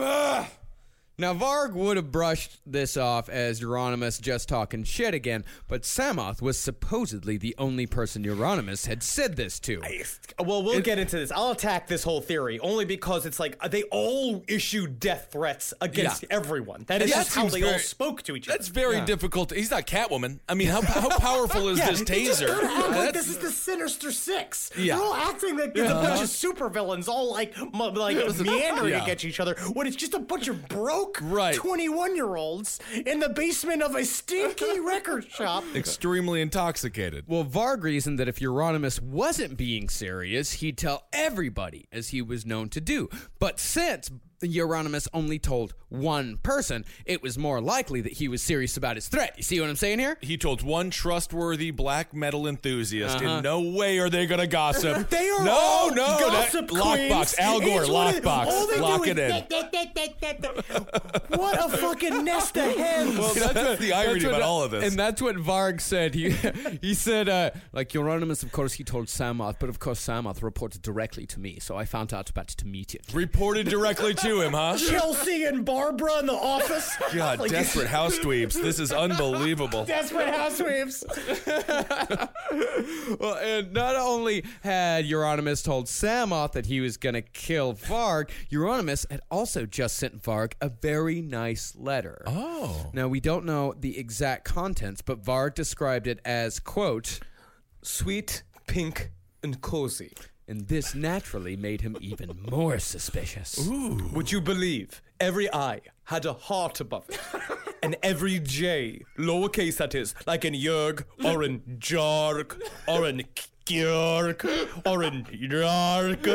Now, Varg would have brushed this off as Euronymous just talking shit again, but Samoth was supposedly the only person Euronymous had said this to. Well, we'll get into this. I'll attack this whole theory only because it's like they all issued death threats against Yeah. everyone. That is Yeah, just that how seems they all very- spoke to each other. That's very Yeah. difficult. He's not Catwoman. I mean, how, how powerful is Yeah, this he just taser? kinda act like That's- this is the Sinister Six. Yeah. They're all acting like it's a Yeah. bunch of supervillains, all like mu- like Yeah, it was a- meandering Yeah. against each other. When it's just a bunch of broke Right. twenty-one-year-olds in the basement of a stinky record shop. extremely intoxicated. Well, Varg reasoned that if Euronymous wasn't being serious, he'd tell everybody, as he was known to do. But since Euronymous only told one person, it was more likely that he was serious about his threat. You see what I'm saying here? He told one trustworthy black metal enthusiast, Uh-huh. in no way are they going to gossip. They are no, all no, gossip that- Lockbox, queens. Al Gore, Each one of- all lockbox, they lock do it is in. that, that, that, that, that, that. What a fucking nest of hens! Well, that's That's what- the irony what- about all of this. And that's what Varg said. He he said, uh, like, Euronymous, of course, he told Samoth, but of course, Samoth reported directly to me, so I found out about it immediately. Reported directly to him, huh? Chelsea and Barbara in the office. God, Like, desperate house dweebs. This is unbelievable. Desperate housewives. Well, and not only had Euronymous told Samoth that he was going to kill Varg, Euronymous had also just sent Varg a very nice letter. Oh. Now, we don't know the exact contents, but Varg described it as, quote, sweet, pink, and cozy. And this naturally made him even more suspicious. Ooh. Would you believe every I had a heart above it? and every J, lowercase that is, like in Jörg, or in Jark, or in Kjörg, or in Jark.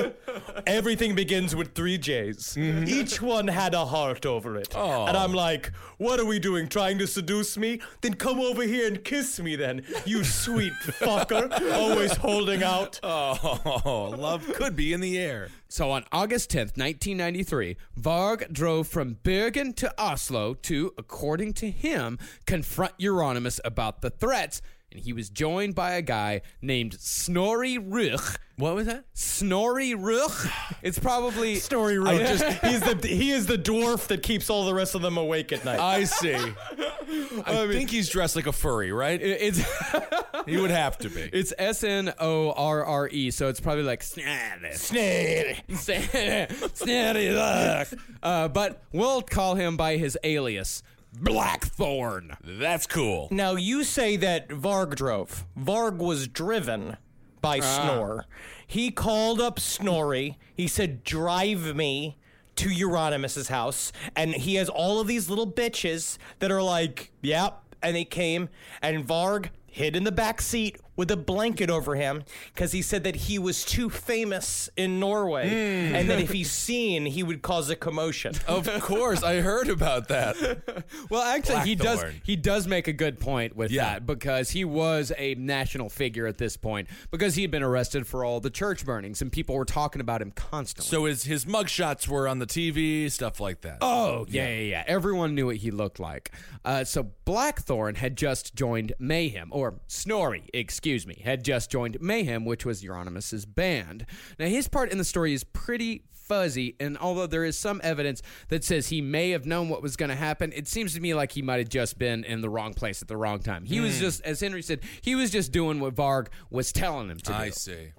Everything begins with three J's. Each one had a heart over it. Oh. And I'm like, what are we doing? Trying to seduce me? Then come over here and kiss me then, you sweet fucker. Always holding out. Oh, love could be in the air. So on August 10th, 1993, Varg drove from Bergen to Oslo to, according to him, confront Euronymous about the threats, and he was joined by a guy named Snorri Ruch. What was that? Snorri Ruch? It's probably Story I room. just- he's the he is the dwarf that keeps all the rest of them awake at night. I see. I, think he's dressed like a furry, right? it's he would have to be. It's S N O R R E, so it's probably like Snorri. Snare. Snorri Ruch. Uh, but we'll call him by his alias, Blackthorn. That's cool. Now you say that Varg drove. Varg was driven by Snore. He called up Snorri. He said, "Drive me to Euronymous' house." And he has all of these little bitches that are like, "Yep." And they came, and Varg hid in the back seat with a blanket over him because he said that he was too famous in Norway, and that if he's seen, he would cause a commotion. Of course, I heard about that. Well, actually, he does. Blackthorn. He does make a good point with Yeah. that because he was a national figure at this point because he had been arrested for all the church burnings and people were talking about him constantly. So his his mugshots were on the TV, stuff like that. Oh, yeah, yeah, yeah. Everyone knew what he looked like. Uh, so Blackthorn had just joined Mayhem, or Snorri, excuse me, had just joined Mayhem, which was Euronymous' band. Now, his part in the story is pretty fuzzy, and although there is some evidence that says he may have known what was going to happen, it seems to me like he might have just been in the wrong place at the wrong time. He was just, as Henry said, he was just doing what Varg was telling him to do. I see.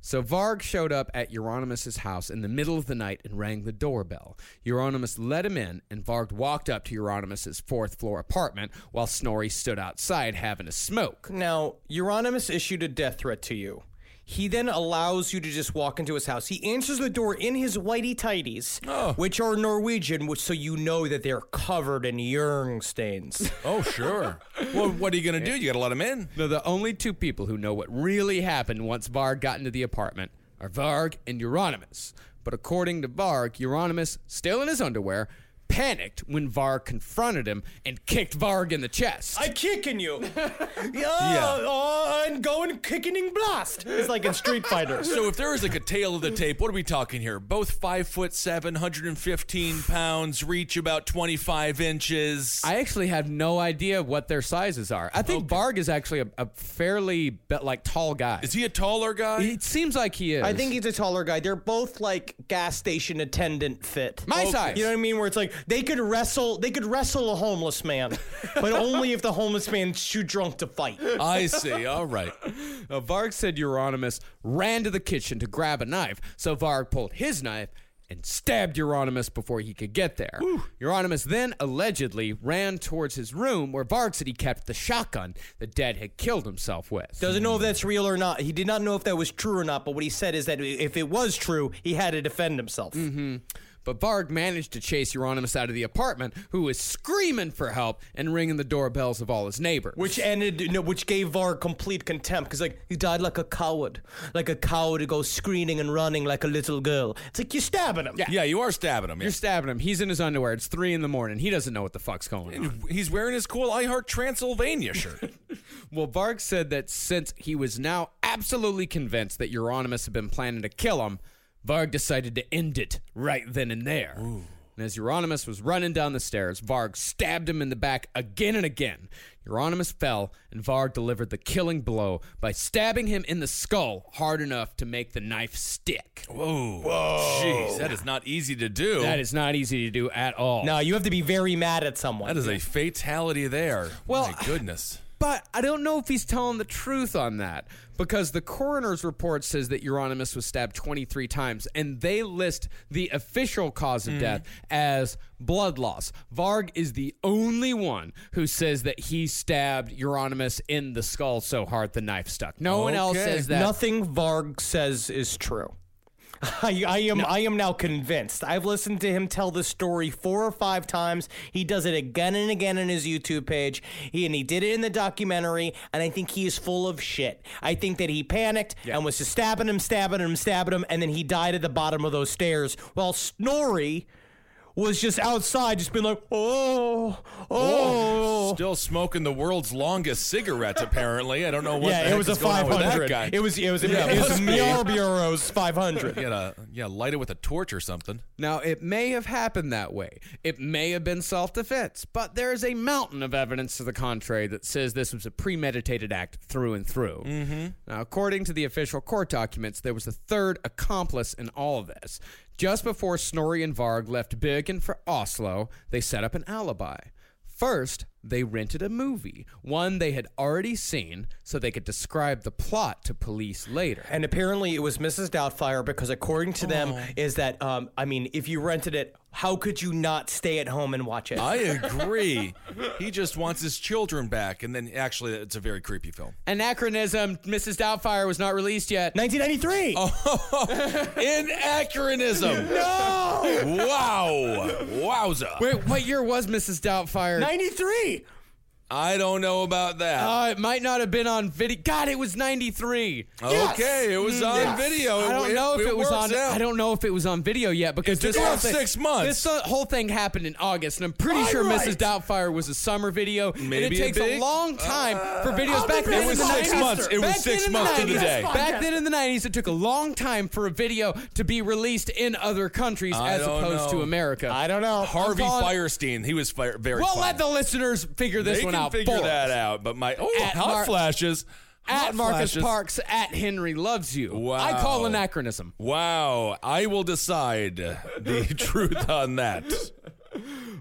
So Varg showed up at Euronymous' house in the middle of the night and rang the doorbell. Euronymous let him in, and Varg walked up to Euronymous' fourth floor apartment while Snorri stood outside having a smoke. Now, Euronymous issued a death threat to you. He then allows you to just walk into his house. He answers the door in his whitey tidies, Oh. which are Norwegian, which so you know that they're covered in urine stains. Oh, sure. well, what are you gonna do? You gotta let him in. Now, the only two people who know what really happened once Varg got into the apartment are Varg and Euronymous. But according to Varg, Euronymous, still in his underwear, panicked when Varg confronted him and kicked Varg in the chest. I kicking you. yeah, Yeah. Oh, I and going kicking and blast. It's like in Street Fighter. So if there is like a tail of the tape, what are we talking here? Both five foot seven, 115 pounds, reach about 25 inches. I actually have no idea what their sizes are. I think Barg is actually a, a fairly be- like tall guy. Is he a taller guy? It seems like he is. I think he's a taller guy. They're both like gas station attendant fit. My size. You know what I mean? Where it's like they could wrestle, they could wrestle a homeless man, but only if the homeless man's too drunk to fight. I see. All right. Uh, Varg said Euronymous ran to the kitchen to grab a knife, so Varg pulled his knife and stabbed Euronymous before he could get there. Euronymous then allegedly ran towards his room where Varg said he kept the shotgun the dead had killed himself with. Doesn't know if that's real or not. He did not know if that was true or not, but what he said is that if it was true, he had to defend himself. Mm-hmm. But Varg managed to chase Euronymous out of the apartment, who was screaming for help and ringing the doorbells of all his neighbors. Which ended, no, which gave Varg complete contempt because, like, he died like a coward, like a coward who goes screaming and running like a little girl. It's like you're stabbing him. Yeah, yeah you are stabbing him. yeah. You're stabbing him. He's in his underwear. It's three in the morning. He doesn't know what the fuck's going on. He's wearing his cool I Heart Transylvania shirt. well, Varg said that since he was now absolutely convinced that Euronymous had been planning to kill him, Varg decided to end it right then and there. And as Euronymous was running down the stairs, Varg stabbed him in the back again and again. Euronymous fell, and Varg delivered the killing blow by stabbing him in the skull hard enough to make the knife stick. Whoa. Whoa. Jeez, that is not easy to do. That is not easy to do at all. No, you have to be very mad at someone. That is a fatality there. Well, My goodness. But I don't know if he's telling the truth on that because the coroner's report says that Euronymous was stabbed 23 times, and they list the official cause Hmm. of Mm. death as blood loss. Varg is the only one who says that he stabbed Euronymous in the skull so hard the knife stuck. No one else Okay. says that. Nothing Varg says is true. I, I am I am now convinced. I've listened to him tell this story four or five times. He does it again and again on his YouTube page. He and he did it in the documentary, and I think he is full of shit. I think that he panicked and was just stabbing him, stabbing him, stabbing him, and then he died at the bottom of those stairs while Snorri was just outside, just being like, oh, oh. Still smoking the world's longest cigarette, apparently. I don't know what the yeah, it heck was a is going on with that 500. guy. It was it was a, Yeah, it was must a be. Bureau's 500. You gotta, yeah, light it with a torch or something. Now, it may have happened that way. It may have been self defense, but there is a mountain of evidence to the contrary that says this was a premeditated act through and through. Mm-hmm. Now, according to the official court documents, there was a third accomplice in all of this. Just before Snorri and Varg left Bergen for Oslo, they set up an alibi. First, they rented a movie, one they had already seen, so they could describe the plot to police later. And apparently it was Mrs. Doubtfire because according to them is that um, I mean if you rented it, how could you not stay at home and watch it? I agree. he just wants his children back, and then actually, it's a very creepy film. Anachronism, Mrs. Doubtfire was not released yet. 1993! Anachronism. No! Wow. Wowza. Wait, what year was Mrs. Doubtfire? 93! I don't know about that. Uh, it might not have been on video. God, it was 93. Oh, Yes. Okay, it was Mm, on video. I don't It- know if it it, was works on out. I don't know if it was on video yet because It this took whole about thing- six months. This whole thing happened in August and I'm pretty All sure Mrs. right. Doubtfire was a summer video. and Maybe it a takes a, big- Uh, long time for videos I'll back be then. back in in the six 90s. months. It was Back then six in the months to the 90s. day. Back then in the 90s it took a long time for a video to be released in other countries I as don't opposed to know. America. I don't know. Harvey Firestein. He was fire, very. We'll fine. let the listeners figure this they can one out Figure for that us. out. But my oh, At hot Mar- flashes. At Hot Marcus flashes. Parks, at Henry Loves You. Wow. I call anachronism. Wow. I will decide the truth on that.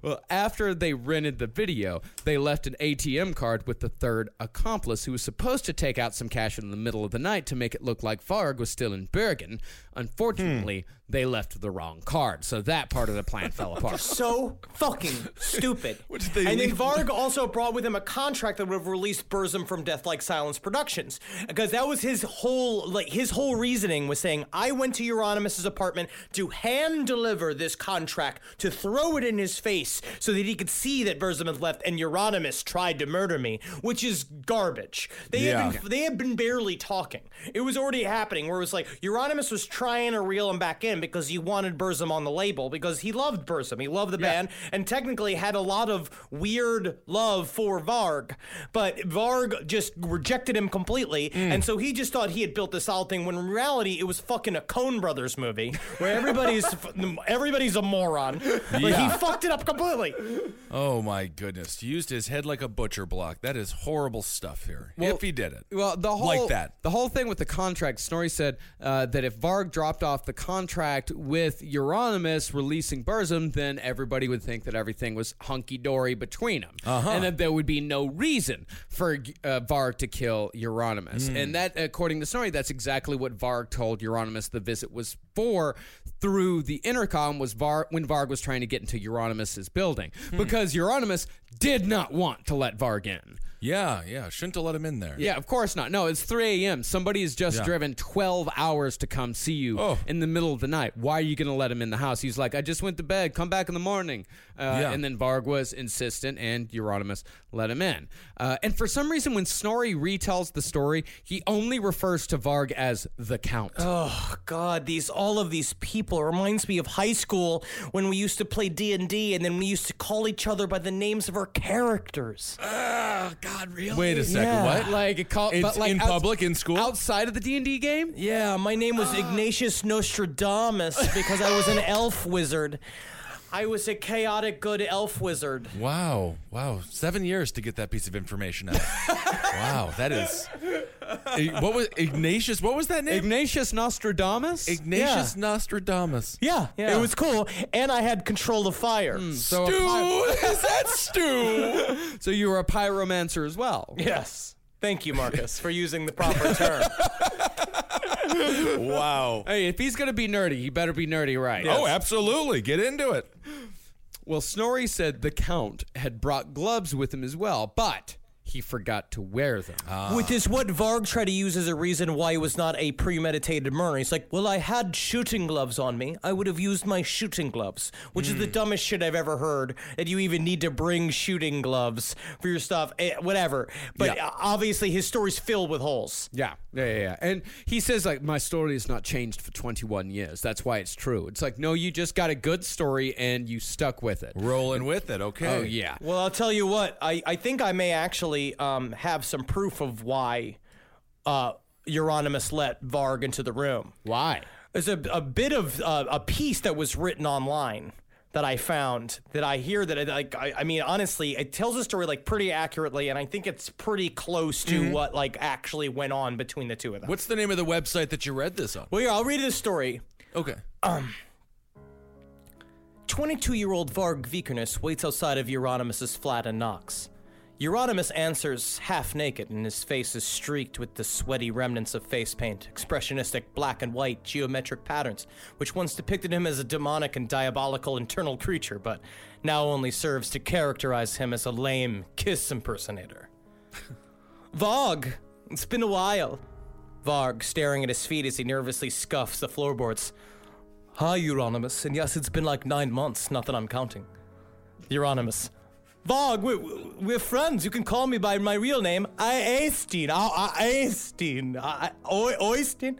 Well, after they rented the video, they left an ATM card with the third accomplice who was supposed to take out some cash in the middle of the night to make it look like Varg was still in Bergen. Unfortunately, Hmm. they left the wrong card, so that part of the plan fell apart. So fucking stupid. they and then leave? Varg also brought with him a contract that would have released Burzum from Death Like Silence Productions. Because that was his whole like his whole reasoning was saying, I went to Euronymous' apartment to hand deliver this contract, to throw it in his face so that he could see that Burzum had left and Euronymous tried to murder me, which is garbage. They Yeah. had been they had been barely talking. It was already happening where it was like Euronymous was trying to reel him back in, in because you wanted Burzum on the label because he loved Burzum. He loved the yeah. band and technically had a lot of weird love for Varg. But Varg just rejected him completely. Mm. And so he just thought he had built this solid thing when in reality it was fucking a Cone Brothers movie where everybody's everybody's a moron. Yeah. Like he fucked it up completely. Oh my goodness. He used his head like a butcher block. That is horrible stuff here. Well, if he did it. Well, the whole like that. The whole thing with the contract, Snorri said uh, that if Varg dropped off the contract with Euronymous releasing Burzum, then everybody would think that everything was hunky dory between them, uh-huh. and that there would be no reason for uh, Varg to kill Euronymous. Mm. And that, according to Snorri, that's exactly what Varg told Euronymous the visit was for. Through the intercom was Var- when Varg was trying to get into Euronymous' building hmm. because Euronymous did not want to let Varg in. Yeah, yeah. Shouldn't have let him in there. Yeah, of course not. No, it's 3 a.m. Somebody has just yeah. driven 12 hours to come see you oh. in the middle of the night. Why are you going to let him in the house? He's like, I just went to bed. Come back in the morning. Uh, yeah. And then Varg was insistent, and Euronymous let him in. Uh, and for some reason, when Snorri retells the story, he only refers to Varg as the Count. Oh, God. These All of these people it reminds me of high school when we used to play D&D, and then we used to call each other by the names of our characters. Uh, God, really? Wait a second. Yeah. What? Like, call, but like in out, public, in school, outside of the D and D game? Yeah, my name was uh. Ignatius Nostradamus because I was an elf wizard. I was a chaotic good elf wizard. Wow, wow! Seven years to get that piece of information out. wow, that is. What was Ignatius? What was that name? Ignatius Nostradamus. Ignatius yeah. Nostradamus. Yeah, yeah, it was cool, and I had control of fire. Mm, so Stu, py- is that Stu? so you were a pyromancer as well. Yes. Thank you, Marcus, for using the proper term. wow. Hey, if he's going to be nerdy, he better be nerdy right. Yes. Oh, absolutely. Get into it. Well, Snorri said the Count had brought gloves with him as well, but he forgot to wear them. Ah. Which is what Varg tried to use as a reason why it was not a premeditated murder. He's like, well, I had shooting gloves on me. I would have used my shooting gloves, which mm. is the dumbest shit I've ever heard that you even need to bring shooting gloves for your stuff, eh, whatever. But yeah. obviously, his story's filled with holes. Yeah. yeah, yeah, yeah. And he says, like, my story has not changed for 21 years. That's why it's true. It's like, no, you just got a good story and you stuck with it. Rolling with it, okay. Oh, yeah. Well, I'll tell you what, I, I think I may actually. Um, have some proof of why uh, Euronymous let Varg into the room. Why? There's a, a bit of uh, a piece that was written online that I found that I hear that it, like I, I, mean honestly it tells the story like pretty accurately and I think it's pretty close to mm-hmm. what like actually went on between the two of them. What's the name of the website that you read this on? Well, yeah, I'll read this story. Okay. Um. 22-year-old Varg Vikernes waits outside of Euronymous' flat and knocks. Euronymous answers half naked, and his face is streaked with the sweaty remnants of face paint, expressionistic black and white geometric patterns, which once depicted him as a demonic and diabolical internal creature, but now only serves to characterize him as a lame kiss impersonator. Varg! It's been a while. Varg, staring at his feet as he nervously scuffs the floorboards. Hi, Euronymous, and yes, it's been like nine months, not that I'm counting. Euronymous. Varg, we're, we're, friends. You can call me by my real name. Ah, I Einstein. I Einstein. I Einstein.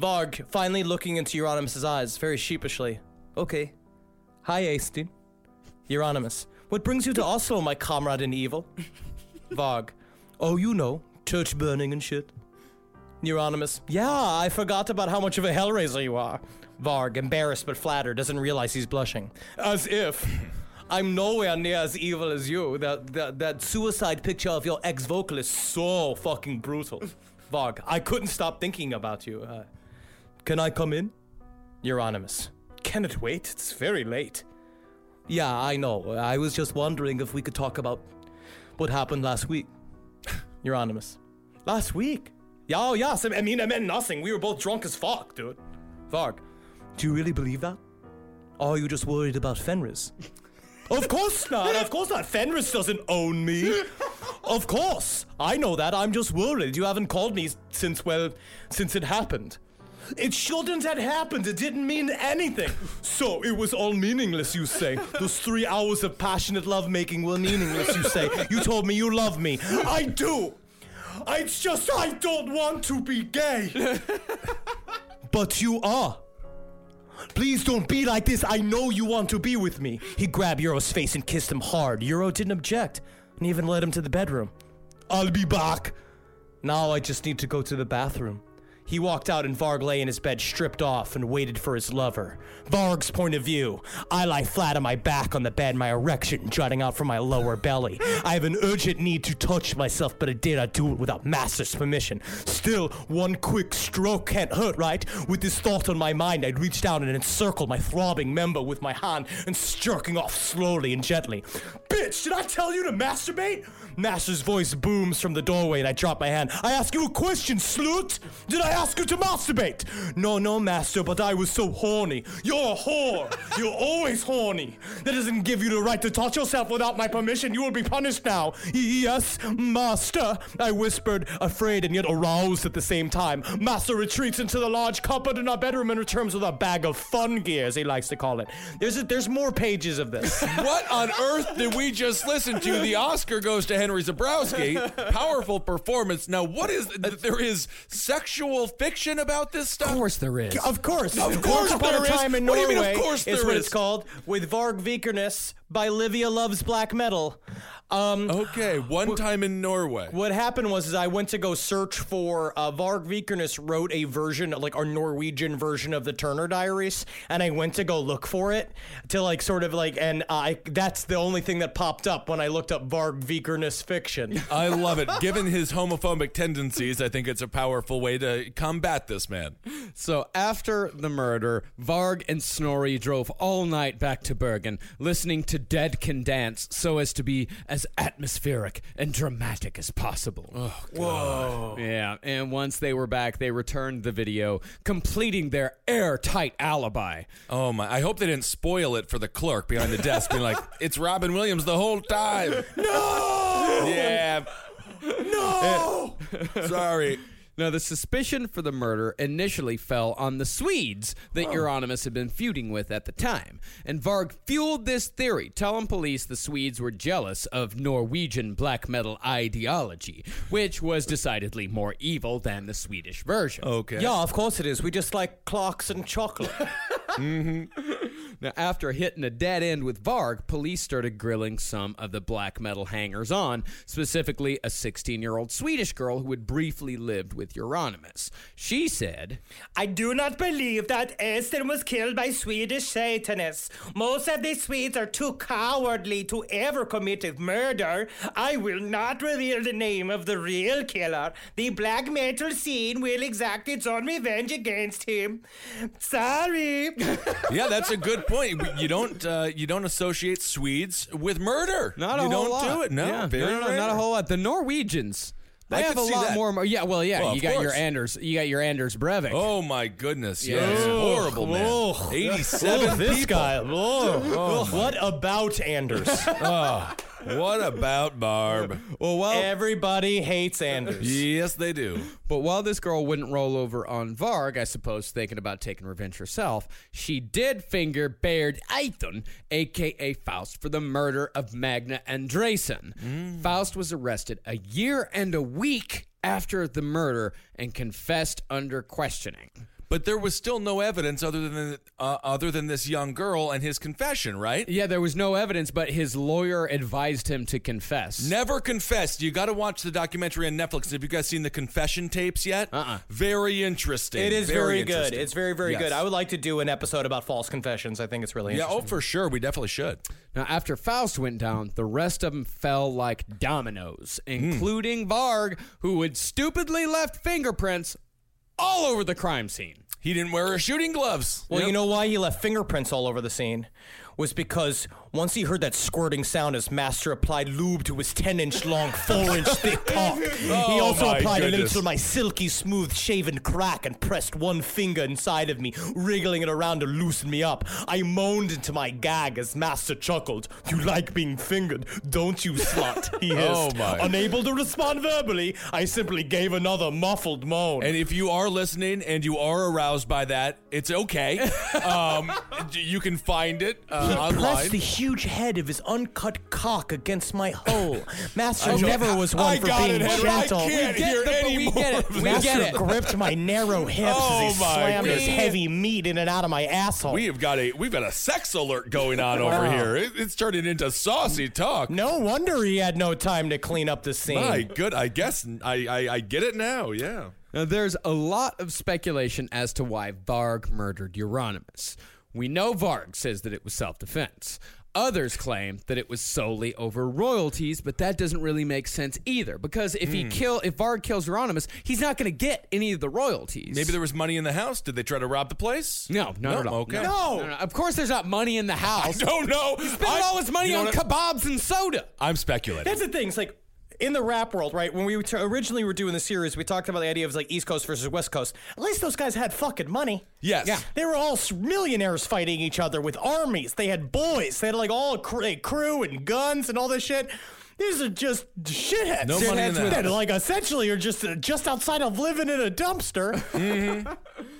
Varg, finally looking into Euronymous' eyes very sheepishly. Okay. Hi, Einstein. Euronymous, what brings you to Oslo, my comrade in evil? Varg, oh, you know, church burning and shit. Euronymous, yeah, I forgot about how much of a hellraiser you are. Varg, embarrassed but flattered, doesn't realize he's blushing. As if. I'm nowhere near as evil as you. That that, that suicide picture of your ex vocalist so fucking brutal. Varg, I couldn't stop thinking about you. Uh, can I come in? Euronymous. Can it wait? It's very late. Yeah, I know. I was just wondering if we could talk about what happened last week. Euronymous. Last week? Yeah, oh, yes. I mean, I meant nothing. We were both drunk as fuck, dude. Varg, do you really believe that? Or are you just worried about Fenris? Of course not. Of course not. Fenris doesn't own me. Of course. I know that. I'm just worried. You haven't called me since, well, since it happened. It shouldn't have happened. It didn't mean anything. So it was all meaningless, you say. Those three hours of passionate lovemaking were meaningless, you say. You told me you love me. I do. It's just I don't want to be gay. but you are. Please don't be like this. I know you want to be with me. He grabbed Euro's face and kissed him hard. Euro didn't object and even led him to the bedroom. I'll be back. Now I just need to go to the bathroom. He walked out and Varg lay in his bed, stripped off, and waited for his lover. Varg's point of view. I lie flat on my back on the bed, my erection jutting out from my lower belly. I have an urgent need to touch myself, but I dare not do it without Master's permission. Still, one quick stroke can't hurt, right? With this thought on my mind, I reached down and encircled my throbbing member with my hand and jerking off slowly and gently. Bitch, did I tell you to masturbate? Master's voice booms from the doorway, and I drop my hand. I ask you a question, slut! Did I ask you to masturbate? No, no, master, but I was so horny. You're a whore. You're always horny. That doesn't give you the right to touch yourself without my permission. You will be punished now. Yes, master, I whispered, afraid and yet aroused at the same time. Master retreats into the large cupboard in our bedroom and returns with a bag of fun gear, as he likes to call it. There's, a, there's more pages of this. what on earth did we just listen to? The Oscar goes to Henry Zabrowski. Powerful performance. Now, what is there is sexual fiction about this stuff? Of course there is. Of course. Of course Once upon there a is. time in What do you Norway mean, of course is there what is? it's called with Varg Vikernes by Livia Loves Black Metal. Um, okay, one time in Norway. What happened was is I went to go search for uh, Varg Vikernes wrote a version like a Norwegian version of the Turner Diaries, and I went to go look for it to like sort of like and I that's the only thing that popped up when I looked up Varg Vikernes fiction. I love it. Given his homophobic tendencies, I think it's a powerful way to combat this man. So after the murder, Varg and Snorri drove all night back to Bergen, listening to Dead Can Dance so as to be as atmospheric and dramatic as possible. Whoa. Yeah, and once they were back, they returned the video, completing their airtight alibi. Oh my! I hope they didn't spoil it for the clerk behind the desk, being like, "It's Robin Williams the whole time." No. Yeah. No. Sorry. Now, the suspicion for the murder initially fell on the Swedes that Euronymous had been feuding with at the time. And Varg fueled this theory, telling police the Swedes were jealous of Norwegian black metal ideology, which was decidedly more evil than the Swedish version. Okay. Yeah, of course it is. We just like clocks and chocolate. Now, after hitting a dead end with Varg, police started grilling some of the black metal hangers on, specifically a 16 year old Swedish girl who had briefly lived with Euronymous. She said, I do not believe that Esther was killed by Swedish Satanists. Most of the Swedes are too cowardly to ever commit a murder. I will not reveal the name of the real killer. The black metal scene will exact its own revenge against him. Sorry. Yeah, that's a good point. You don't uh, you don't associate Swedes with murder. Not a you whole don't lot. do it. No, yeah. very no, no, no, rare. not a whole lot. The Norwegians. They I have could a see lot that. more. mo- Yeah, well, yeah. Well, you of got your course. Anders. You got your Anders Breivik. Oh my goodness! Yeah, Yeah. it's Ugh, horrible, man. Oh, Eighty-seven. oh, this people. guy. Oh, Oh, my. what about Anders? Oh, what about Barb? Well, Oh. while Everybody hates Anders. Yes, they do. but while this girl wouldn't roll over on Varg, I suppose thinking about taking revenge herself, she did finger Baird Eithun, aka Faust, for the murder of Magna Andresen. Mm. Faust was arrested a year and a week after the murder and confessed under questioning. But there was still no evidence other than uh, other than this young girl and his confession, right? Yeah, there was no evidence, but his lawyer advised him to confess. Never confessed. You got to watch the documentary on Netflix. Have you guys seen the confession tapes yet? Uh-uh. Very interesting. It is very, good. interesting. It's very, very Yes. good. I would like to do an episode about false confessions. I think it's really yeah, interesting. oh for sure. We definitely should. Now, after Faust went down, the rest of them fell like dominoes, Hmm. including Varg, who had stupidly left fingerprints all over the crime scene. He didn't wear his shooting gloves. Well, you know why he left fingerprints all over the scene? Was because once he heard that squirting sound, his master applied lube to his 10 inch long, 4 inch thick cock. he Oh, also my applied a little goodness. to my silky, smooth, shaven crack and pressed one finger inside of me, wriggling it around to loosen me up. I moaned into my gag as master chuckled. You like being fingered, don't you, slut? He hissed. Oh, my. Unable to respond verbally, I simply gave another muffled moan. And if you are listening and you are aroused by that, it's okay. um, you can find it. Uh, he online. pressed the huge head of his uncut cock against my hole. Master I don't- never was one I for got it, being Henry. I gentle. can't We get hear the- any we more get it. of We this. get it. Master gripped my narrow hips Oh, as he my slammed his goodness. heavy meat in and out of my asshole. We have got a we've got a sex alert going on over Wow. here. It, it's turning into saucy talk. no wonder he had no time to clean up the scene. My good, I guess I, I I get it now. Yeah. Now, there's a lot of speculation as to why Varg murdered Euronymous. We know Varg says that it was self defense. Others claim that it was solely over royalties, but that doesn't really make sense either. Because if he Hmm. kill, if Varg kills Euronymous, he's not going to get any of the royalties. Maybe there was money in the house. Did they try to rob the place? No, not no, at all. Okay. No. No, no, Of course, there's not money in the house. I don't know. He spent I- all his money you know on what? kebabs and soda. I'm speculating. That's the thing. It's like in the rap world, right? When we t- originally were doing the series, we talked about the idea of like East Coast versus West Coast. At least those guys had fucking money. Yes. Yeah. They were all s- millionaires fighting each other with armies. They had boys. They had like all a cr- a crew and guns and all this shit. These are just shitheads. No money in the that, house. like essentially are just uh, just outside of living in a dumpster.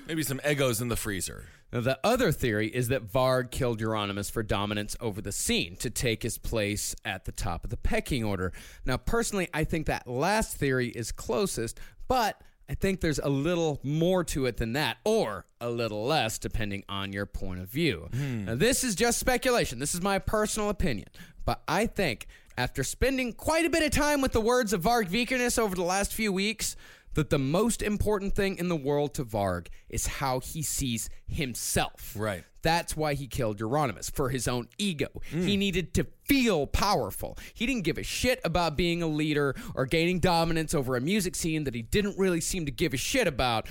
Maybe some egos in the freezer. Now, the other theory is that Varg killed Euronymous for dominance over the scene to take his place at the top of the pecking order. Now, personally, I think that last theory is closest, but I think there's a little more to it than that, or a little less, depending on your point of view. Now, this is just speculation. This is my personal opinion, but I think after spending quite a bit of time with the words of Varg Vikernes over the last few weeks, that the most important thing in the world to Varg is how he sees himself. Right. That's why he killed Euronymous for his own ego. He needed to feel powerful. He didn't give a shit about being a leader or gaining dominance over a music scene that he didn't really seem to give a shit about.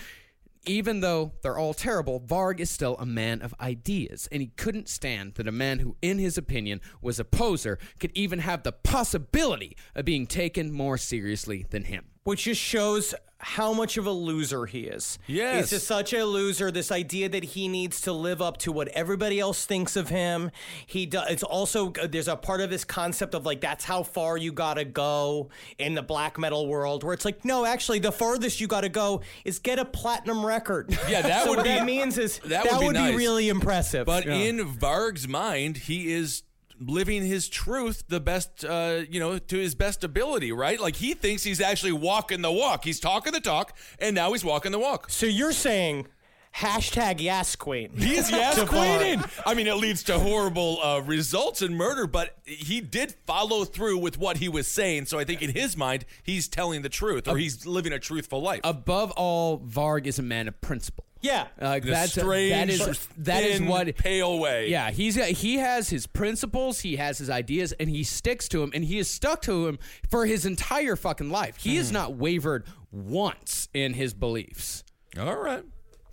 Even though they're all terrible, Varg is still a man of ideas, and he couldn't stand that a man who, in his opinion, was a poser could even have the possibility of being taken more seriously than him. which just shows how much of a loser he is. Yes. He's just such a loser. This idea that he needs to live up to what everybody else thinks of him. He does. It's also uh, there's a part of this concept of like that's how far you gotta go in the black metal world, where it's like no, actually the farthest you gotta go is get a platinum record. Yeah, that So would what be- that means is that would be nice. really impressive. But Yeah. in Varg's mind, he is living his truth the best, uh, you know, to his best ability, right? Like he thinks he's actually walking the walk. He's talking the talk, and now he's walking the walk. so you're saying hashtag Yas Queen. He is yes To Varg. queening. I mean, it leads to horrible uh, results in murder, but he did follow through with what he was saying. So I think in his mind, he's telling the truth, or he's living a truthful life. above all, Varg is a man of principle. Yeah. Like In a that's that strange, is that is thin, what pale way. Yeah, he's he has his principles, he has his ideas, and he sticks to him, and he has stuck to him for his entire fucking life. He Hmm. has not wavered once in his beliefs. All right.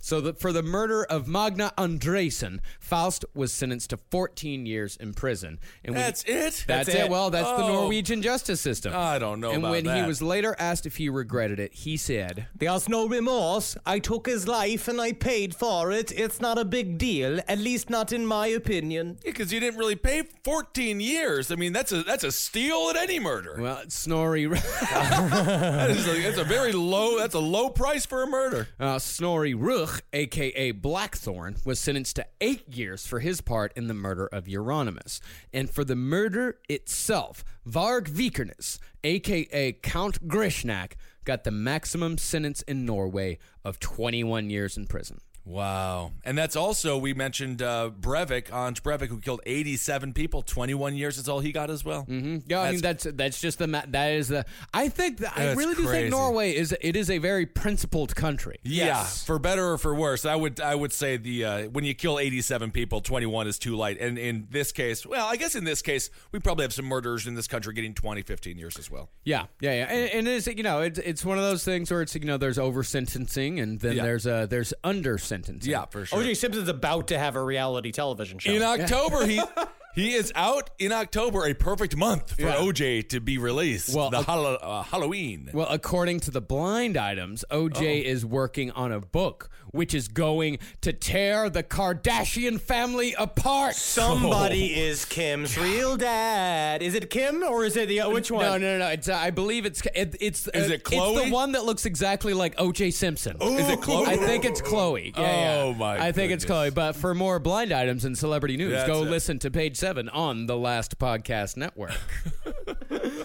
So that for the murder of Magna Andresen, Faust was sentenced to 14 years in prison. And when- That's it? That's, That's it. it. Well, that's the Oh. Norwegian justice system. I don't know And about when he that. was later asked if he regretted it, he said, There's no remorse. I took his life and I paid for it. It's not a big deal, at least not in my opinion. Because you didn't really pay 14 years. I mean, that's a that's a steal at any murder. "Well, Snorri." That is a, that's a very low. That's a low price for a murder. Uh, Snorri Ruch, aka Blackthorn, was sentenced to eight years for his part in the murder of Euronymous. And for the murder itself, Varg Vikernes, aka Count Grishnak, got the maximum sentence in Norway of 21 years in prison. Wow. And that's also we mentioned uh, Breivik, Anj Breivik, who killed 87 people. 21 years is all he got as well. Mm-hmm. Yeah, I mean that's that's just the ma- that is the I think that, I That's really do crazy. think Norway is it is a very principled country. Yeah, for better or for worse, I would I would say the uh, when you kill 87 people, 21 is too light. And in this case, well, I guess in this case, we probably have some murderers in this country getting 20, 15 years as well. Yeah, yeah, yeah, and, and it's you know it's it's one of those things where it's you know there's over sentencing and then Yeah. there's uh there's under sentencing. Yeah, for sure. OJ Simpson's about to have a reality television show. In October, he He is out in October, a perfect month for OJ to be released. Well, the hol- uh, Halloween. Well, according to the blind items, OJ Oh. is working on a book which is going to tear the Kardashian family apart. Somebody Oh. is Kim's real dad. Is it Kim or is it the which one? No, no, no. It's uh, I believe it's it, it's uh, Oh, Is it It's Chloe? the one that looks exactly like OJ Simpson. Is it Chloe? I think it's Chloe. Yeah, yeah. Oh, my I think it's Chloe. But for more blind items and celebrity news, That's go it. listen to page seven on the Last Podcast Network.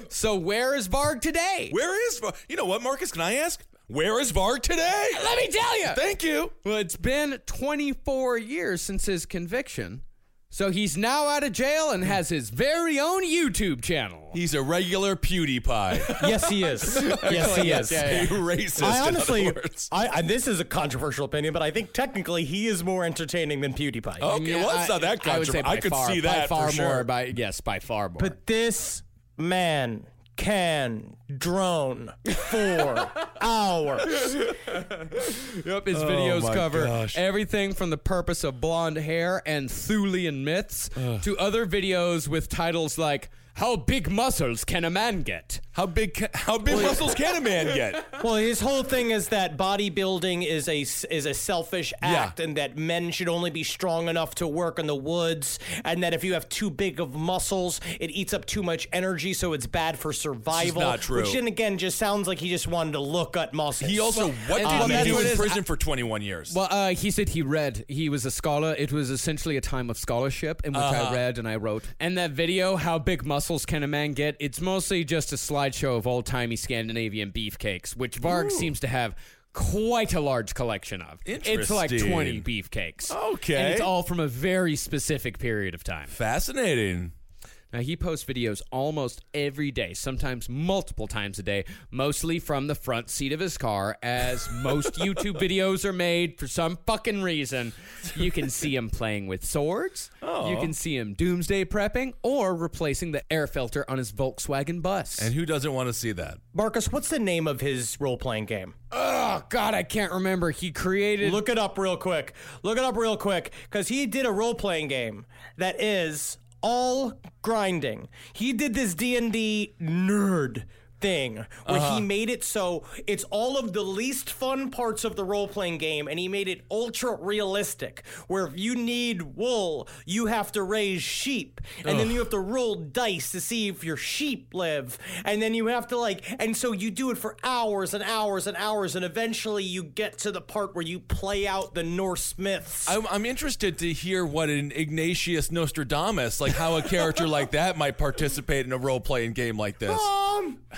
so where is Varg today? Where is Varg? You know what, Marcus? Can I ask? Where is Varg today? Let me tell you. Thank you. Well, it's been 24 years since his conviction. So he's now out of jail and has his very own YouTube channel. He's a regular PewDiePie. Yes, he is. Yes, he is. Yeah, a racist. in I other honestly, words. I, I this is a controversial opinion, but I think technically he is more entertaining than PewDiePie. Okay, Yeah, well, it's not that I would say controversial. I, by could far- see by that far for sure. more. By yes, by far more. But this man can drone for hours. Yep, his videos Oh my cover gosh. everything from the purpose of blonde hair and Thulean myths to other videos with titles like "How Big Muscles Can a Man Get." How big? ca- How big muscles can a man get? Well, his whole thing is that bodybuilding is a s- is a selfish Yeah. act, and that men should only be strong enough to work in the woods, and that if you have too big of muscles, it eats up too much energy, so it's bad for survival. not true. Which then again just sounds like he just wanted to look at muscles. He also what did and women that's do what in it is. prison for 21 years? Well, uh, he said he read. He was a scholar. It was essentially a time of scholarship in which I Uh-huh. read and I wrote. And that video, "How Big Muscles Can a Man Get," it's mostly just a slideshow of old timey Scandinavian beefcakes, which Varg seems to have. Quite a large collection of. It's like 20 Interesting. beefcakes. Okay. And it's all from a very specific period of time. Fascinating. Now, he posts videos almost every day, sometimes multiple times a day, mostly from the front seat of his car, as most YouTube videos are made for some fucking reason. You can see him playing with swords, you can see him doomsday prepping, or replacing the air filter on his Volkswagen bus. And who doesn't want to see that? Marcus, what's the name of his role playing game? oh, God, I can't remember. He created. Look it up real quick. Look it up real quick because he did a role playing game that is all grinding. He did this D and D nerd thing where he made it so it's all of the least fun parts of the role playing game and he made it ultra realistic where if you need wool you have to raise sheep and then you have to roll dice to see if your sheep live and then you have to like and so you do it for hours and hours and hours and eventually you get to the part where you play out the Norse myths I'm, I'm interested to hear what an Ignatius Nostradamus, like how a character like that might participate in a role playing game like this. Oh. Um.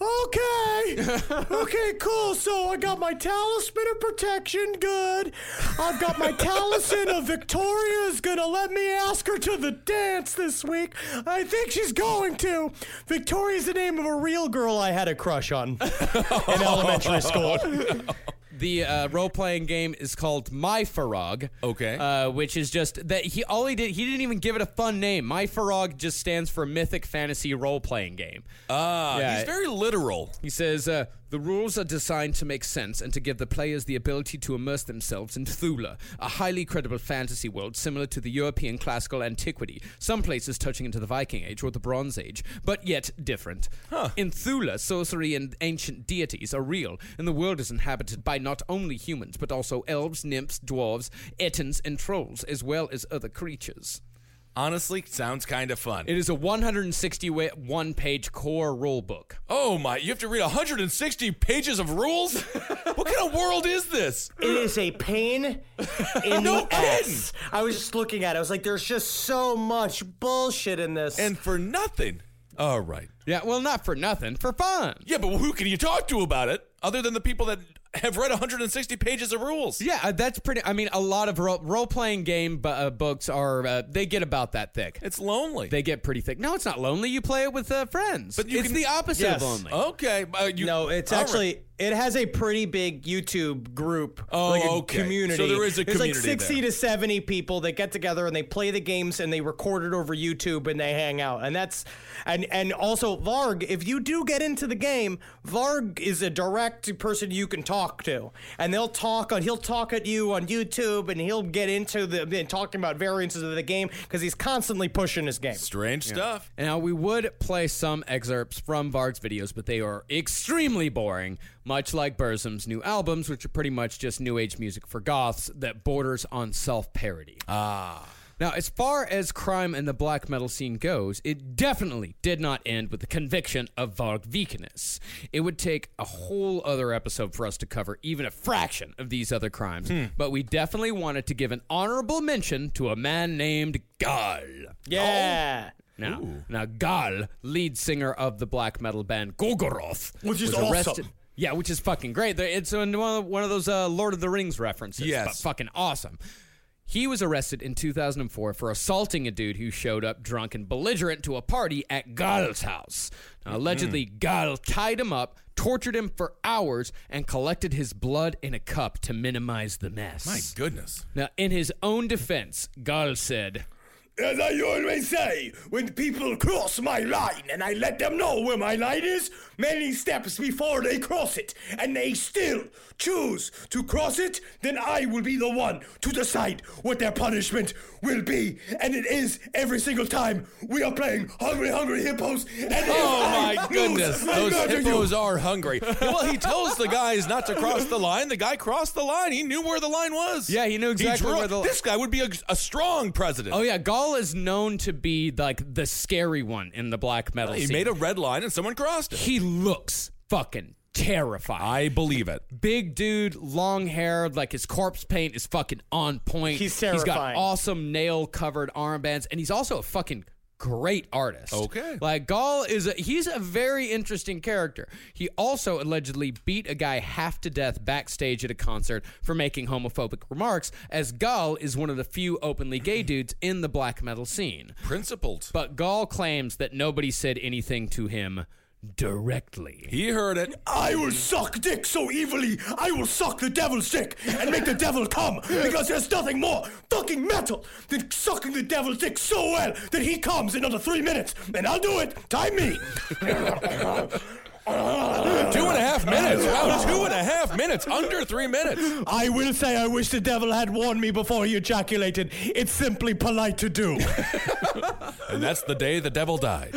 Okay. Okay, cool. So I got my talisman of protection. Good. I've got my talisman of Victoria is going to let me ask her to the dance this week. I think she's going to. Victoria's the name of a real girl I had a crush on in Oh. elementary school. The uh, role playing game is called My Farog. Okay. Uh, which is just that he all he did he didn't even give it a fun name. My Farog just stands for Mythic Fantasy Role Playing Game. Ah, Yeah. he's very literal. He says uh, the rules are designed to make sense and to give the players the ability to immerse themselves in Thula, a highly credible fantasy world similar to the European classical antiquity, some places touching into the Viking Age or the Bronze Age, but yet different. In Thula, sorcery and ancient deities are real, and the world is inhabited by not only humans but also elves, nymphs, dwarves, ettins, and trolls, as well as other creatures. Honestly, sounds kind of fun. It is a 161-page core rulebook. oh my, you have to read 160 pages of rules? what kind of world is this? It is a pain in No the ass. I was just looking at it. I was like, there's just so much bullshit in this. And for nothing. All right. Yeah, well, not for nothing, for fun. Yeah, but who can you talk to about it other than the people that have read 160 pages of rules? Yeah, uh, that's pretty. I mean, a lot of role, role playing game bu- uh, books are uh, they get about that thick. It's lonely. They get pretty thick. No, it's not lonely. You play it with uh, friends. But you it's can- the opposite of Yes. lonely. okay. Uh, you, no, it's all right. actually It has a pretty big YouTube group, Oh, like a okay. community. So there is a There's community like sixty there. to seventy people that get together and they play the games and they record it over YouTube and they hang out. And that's and and also Varg. If you do get into the game, Varg is a direct person you can talk to, and they'll talk on. He'll talk at you on YouTube, and he'll get into the and talking about variances of the game because he's constantly pushing his game. Strange stuff. Now, we would play some excerpts from Varg's videos, but they are extremely boring, much like Burzum's new albums, which are pretty much just new age music for goths that borders on self parody. Ah. Now, as far as crime in the black metal scene goes, it definitely did not end with the conviction of Varg Vikernes. It would take a whole other episode for us to cover even a fraction of these other crimes, but we definitely wanted to give an honorable mention to a man named Gull. Yeah. Now, now Gal, lead singer of the black metal band Gorgoroth, Which is was awesome. arrested. Yeah, which is fucking great. There- It's in one of one of those uh, Lord of the Rings references. Yes. but fucking awesome. He was arrested in 2004 for assaulting a dude who showed up drunk and belligerent to a party at Gal's house. Now, allegedly, Gal tied him up, tortured him for hours, and collected his blood in a cup to minimize the mess. My goodness. Now, in his own defense, Gal said, As I always say, when people cross my line and I let them know where my line is, many steps before they cross it, and they still choose to cross it, then I will be the one to decide what their punishment will be. And it is every single time we are playing Hungry Hungry Hippos. And if Oh I my lose, goodness! I Those murder you. hippos are hungry. Well, he tells the guys not to cross the line. The guy crossed the line. He knew where the line was. Yeah, he knew exactly drew- where the- This guy would be a, a strong president. Oh yeah, Gaul is known to be like the scary one in the black metal. He scene. made a red line and someone crossed it. He looks fucking terrifying. I believe it. Big dude, long hair, like his corpse paint is fucking on point. He's He's got terrifying. awesome nail covered armbands, and he's also a fucking great artist. Okay. Like Gaul is a he's a very interesting character. He also allegedly beat a guy half to death backstage at a concert for making homophobic remarks, as Gaul is one of the few openly gay dudes in the black metal scene. Principled. But Gaul claims that nobody said anything to him directly. He heard it. I will suck dick so evilly, I will suck the devil's dick and make the devil come because there's nothing more fucking metal than sucking the devil's dick so well that he comes in another three minutes and I'll do it. Time me. Two and a half minutes. Wow, two and a half minutes. Under three minutes. I will say I wish the devil had warned me before he ejaculated. It's simply polite to do. And that's the day the devil died.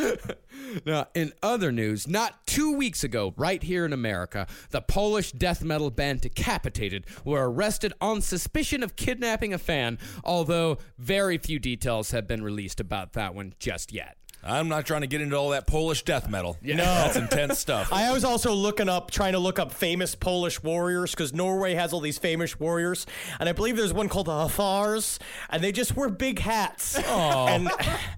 Now, in other news, not two weeks ago, right here in America, the Polish death metal band Decapitated were arrested on suspicion of kidnapping a fan, although very few details have been released about that one just yet. I'm not trying to get into all that Polish death metal. No. That's intense stuff. I was also looking up, trying to look up famous Polish warriors because Norway has all these famous warriors, and I believe there's one called the Hafars, and they just wear big hats. Aw. And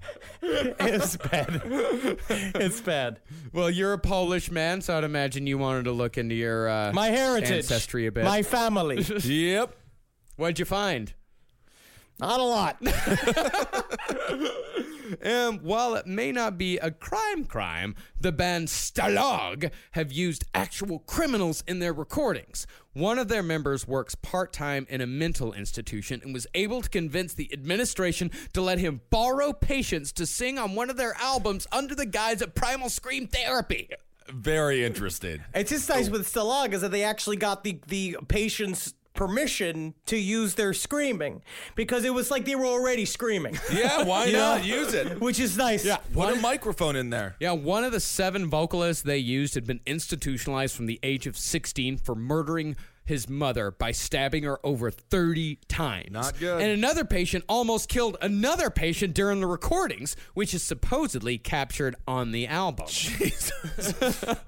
it's bad. It's bad. Well, you're a Polish man, so I'd imagine you wanted to look into your uh, My heritage, ancestry a bit. my family, yep. What'd you find? not a lot. Um, while it may not be a crime crime, the band Stalag have used actual criminals in their recordings. One of their members works part time in a mental institution and was able to convince the administration to let him borrow patients to sing on one of their albums under the guise of primal scream therapy. Very interested. It's just nice with Stalag is that they actually got the, the patient's permission to use their screaming because it was like they were already screaming. Yeah, why You know? not use it? Which is nice. Yeah. Put a microphone in there. Yeah, one of the seven vocalists they used had been institutionalized from the age of 16 for murdering his mother by stabbing her over 30 times. Not good. And another patient almost killed another patient during the recordings, which is supposedly captured on the album.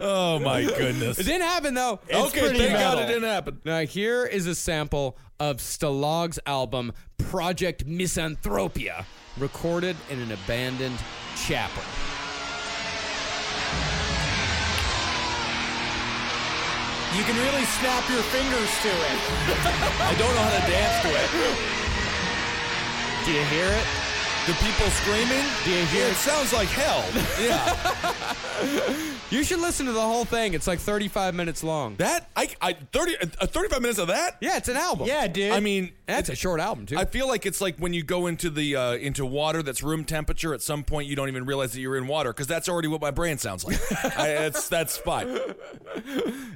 Oh my goodness. It didn't happen though. okay, thank God it didn't happen. Now here is a sample of Stalag's album Project Misanthropia, recorded in an abandoned chapel. You can really snap your fingers to it. I don't know how to dance to it. Do you hear it? The people screaming? Yeah, it sounds like hell. Yeah. You should listen to the whole thing. It's like 35 minutes long. That I, I 30 uh, 35 minutes of that? Yeah, it's an album. Yeah, dude. I mean, that's a short album too. I feel like it's like when you go into the uh, into water that's room temperature. At some point, you don't even realize that you're in water because that's already what my brain sounds like. I, that's that's fine.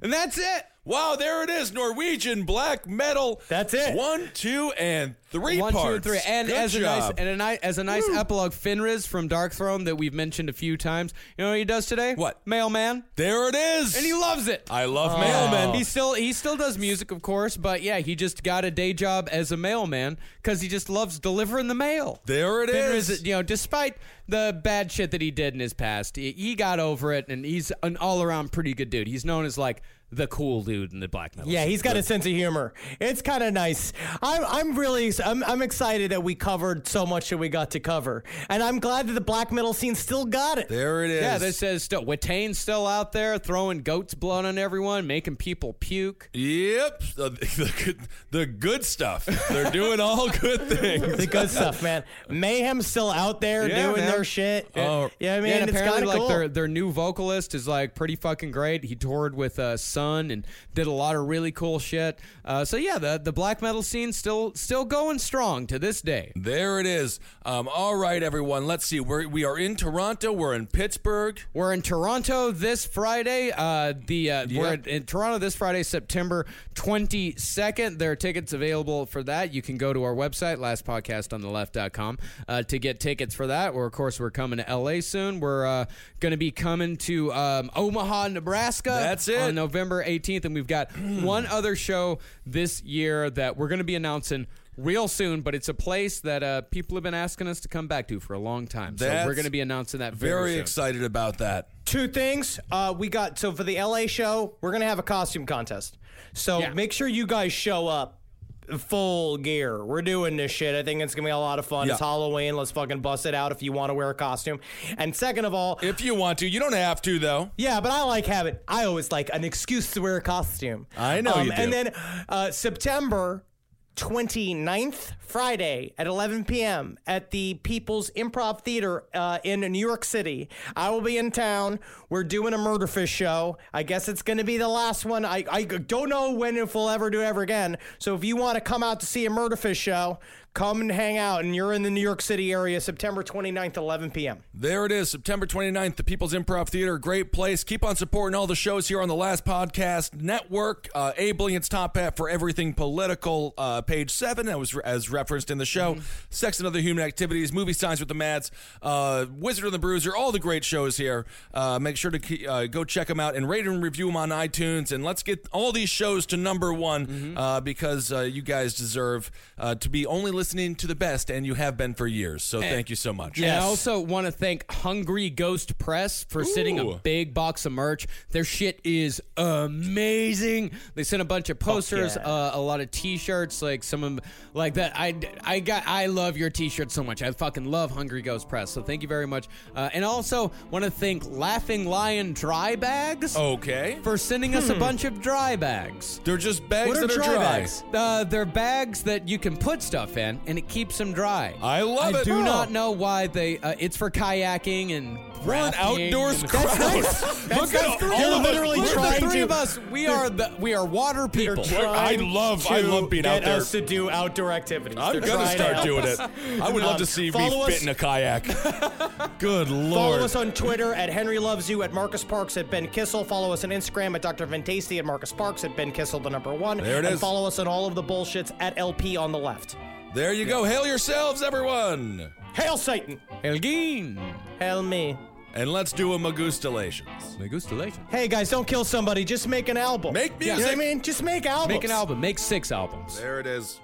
and that's it. Wow, there it is, Norwegian black metal. That's it. One, two, and three One, two, parts. and three. And Good as a nice job. and a nice as a nice epilogue, Finriz from Dark Throne that we've mentioned a few times. You know what he does today? What? Mailman. there it is. And he loves it. I love mailmen. He still he still does music, of course, but yeah, he just got a day job as a mailman because he just loves delivering the mail. There it Fenris, is. you know, despite the bad shit that he did in his past, he, he got over it, and he's an all around pretty good dude. He's known as like the cool dude in the black metal. Yeah, scene. he's got a sense of humor. It's kind of nice. I'm, I'm really, I'm, I'm excited that we covered so much that we got to cover, and I'm glad that the black metal scene still got it. There it is. Yeah, this says still Witane's still out there throwing goat's blood on everyone, making people puke. Yep, Uh, the good, the good stuff. They're doing all good things. The good stuff, man. Mayhem's still out there Yeah, doing man. their shit. Oh. yeah, I mean, yeah, and it's apparently, kind of like cool. their their new vocalist is like pretty fucking great. He toured with uh, Sun and did a lot of really cool shit. Uh, so yeah, the the black metal scene still still going strong to this day. There it is. Um, all right, everyone. Let's see. We're, we are in Toronto. We're in Pittsburgh. We're in Toronto this Friday. Uh, the uh, we're in Toronto this Friday, September twenty second. There are tickets available for that. You can go to our website, lastpodcastontheleft.com, uh, to get tickets for that. Or of course, we're coming to LA soon. We're uh, going to be coming to um, Omaha, Nebraska. That's it. on November eighteenth, and we've got one other show this year that we're going to be announcing. Real soon, but it's a place that uh, people have been asking us to come back to for a long time. so we're That's going to be announcing that very, Very soon. excited about that. two things. Uh, we got so for the LA show, we're gonna have a costume contest. So Yeah. make sure you guys show up full gear. We're doing this shit. I think it's gonna be a lot of fun. It's Yeah. Halloween. Let's fucking bust it out if you want to wear a costume. And second of all, If you want to, you don't have to though. yeah, but I like having. I always like an excuse to wear a costume. Um, I know you do. And then uh, September 29th, Friday at 11 p.m. at the People's Improv Theater uh, in New York City. I will be in town. We're doing a Murderfish show. I guess it's going to be the last one. I, I don't know when if we'll ever do it ever again. So if you want to come out to see a Murderfish show, come and hang out. And you're in the New York City area September 29th, 11 p.m. There it is, September 29th, the People's Improv Theater. Great place. Keep on supporting all the shows here on the Last Podcast Network. Uh, Ablian's Top Hat for Everything Political, uh, page seven, that was re- as referenced in the show. Mm-hmm. Sex and Other Human Activities, Movie Signs with the Mads, uh, Wizard and the Bruiser, all the great shows here. Uh, make sure to ke- uh, go check them out and rate and review them on iTunes. And let's get all these shows to number one Mm-hmm. uh, because uh, you guys deserve uh, to be only listening to the best, and you have been for years. So thank you so much. And I also want to thank Hungry Ghost Press for sending a Ooh. big box of merch. Their shit is amazing. They sent a bunch of posters, uh, a lot of T-shirts, like some of like that. I I got I love your T-shirt so much. I fucking love Hungry Ghost Press. So thank you very much. Uh, and also want to thank Laughing Lion Dry Bags Oh. Okay. for sending us a bunch of dry bags. They're just bags What are that are dry dry. bags? Uh, they're bags that you can put stuff in, and it keeps them dry. I love I it. do Oh. not know why they. Uh, it's for kayaking and We're an rafting outdoors and- crowd. That's Look at nice. all You're of literally us. trying the three of us. We are the we are water people. We're- I love I to love being get out there. us to do outdoor activities. I'm They're gonna trying to start help doing us. it. I would love Um, to see me follow fit us- in a kayak. Good Follow lord. us on Twitter at Henry Loves You, at Marcus Parks, at Ben Kissel. Follow us on Instagram at Dr. Ventasti, at Marcus Parks, at Ben Kissel, the number one. There it and is. follow us on all of the bullshits at LP on the left. there you go. Hail yourselves, everyone. Hail Satan! Elgin. Hail me. And let's do a Magustalations. Hey guys, don't kill somebody. Just make an album. Make You know what I music. mean? Just make albums. Make an album. Make six albums. There it is.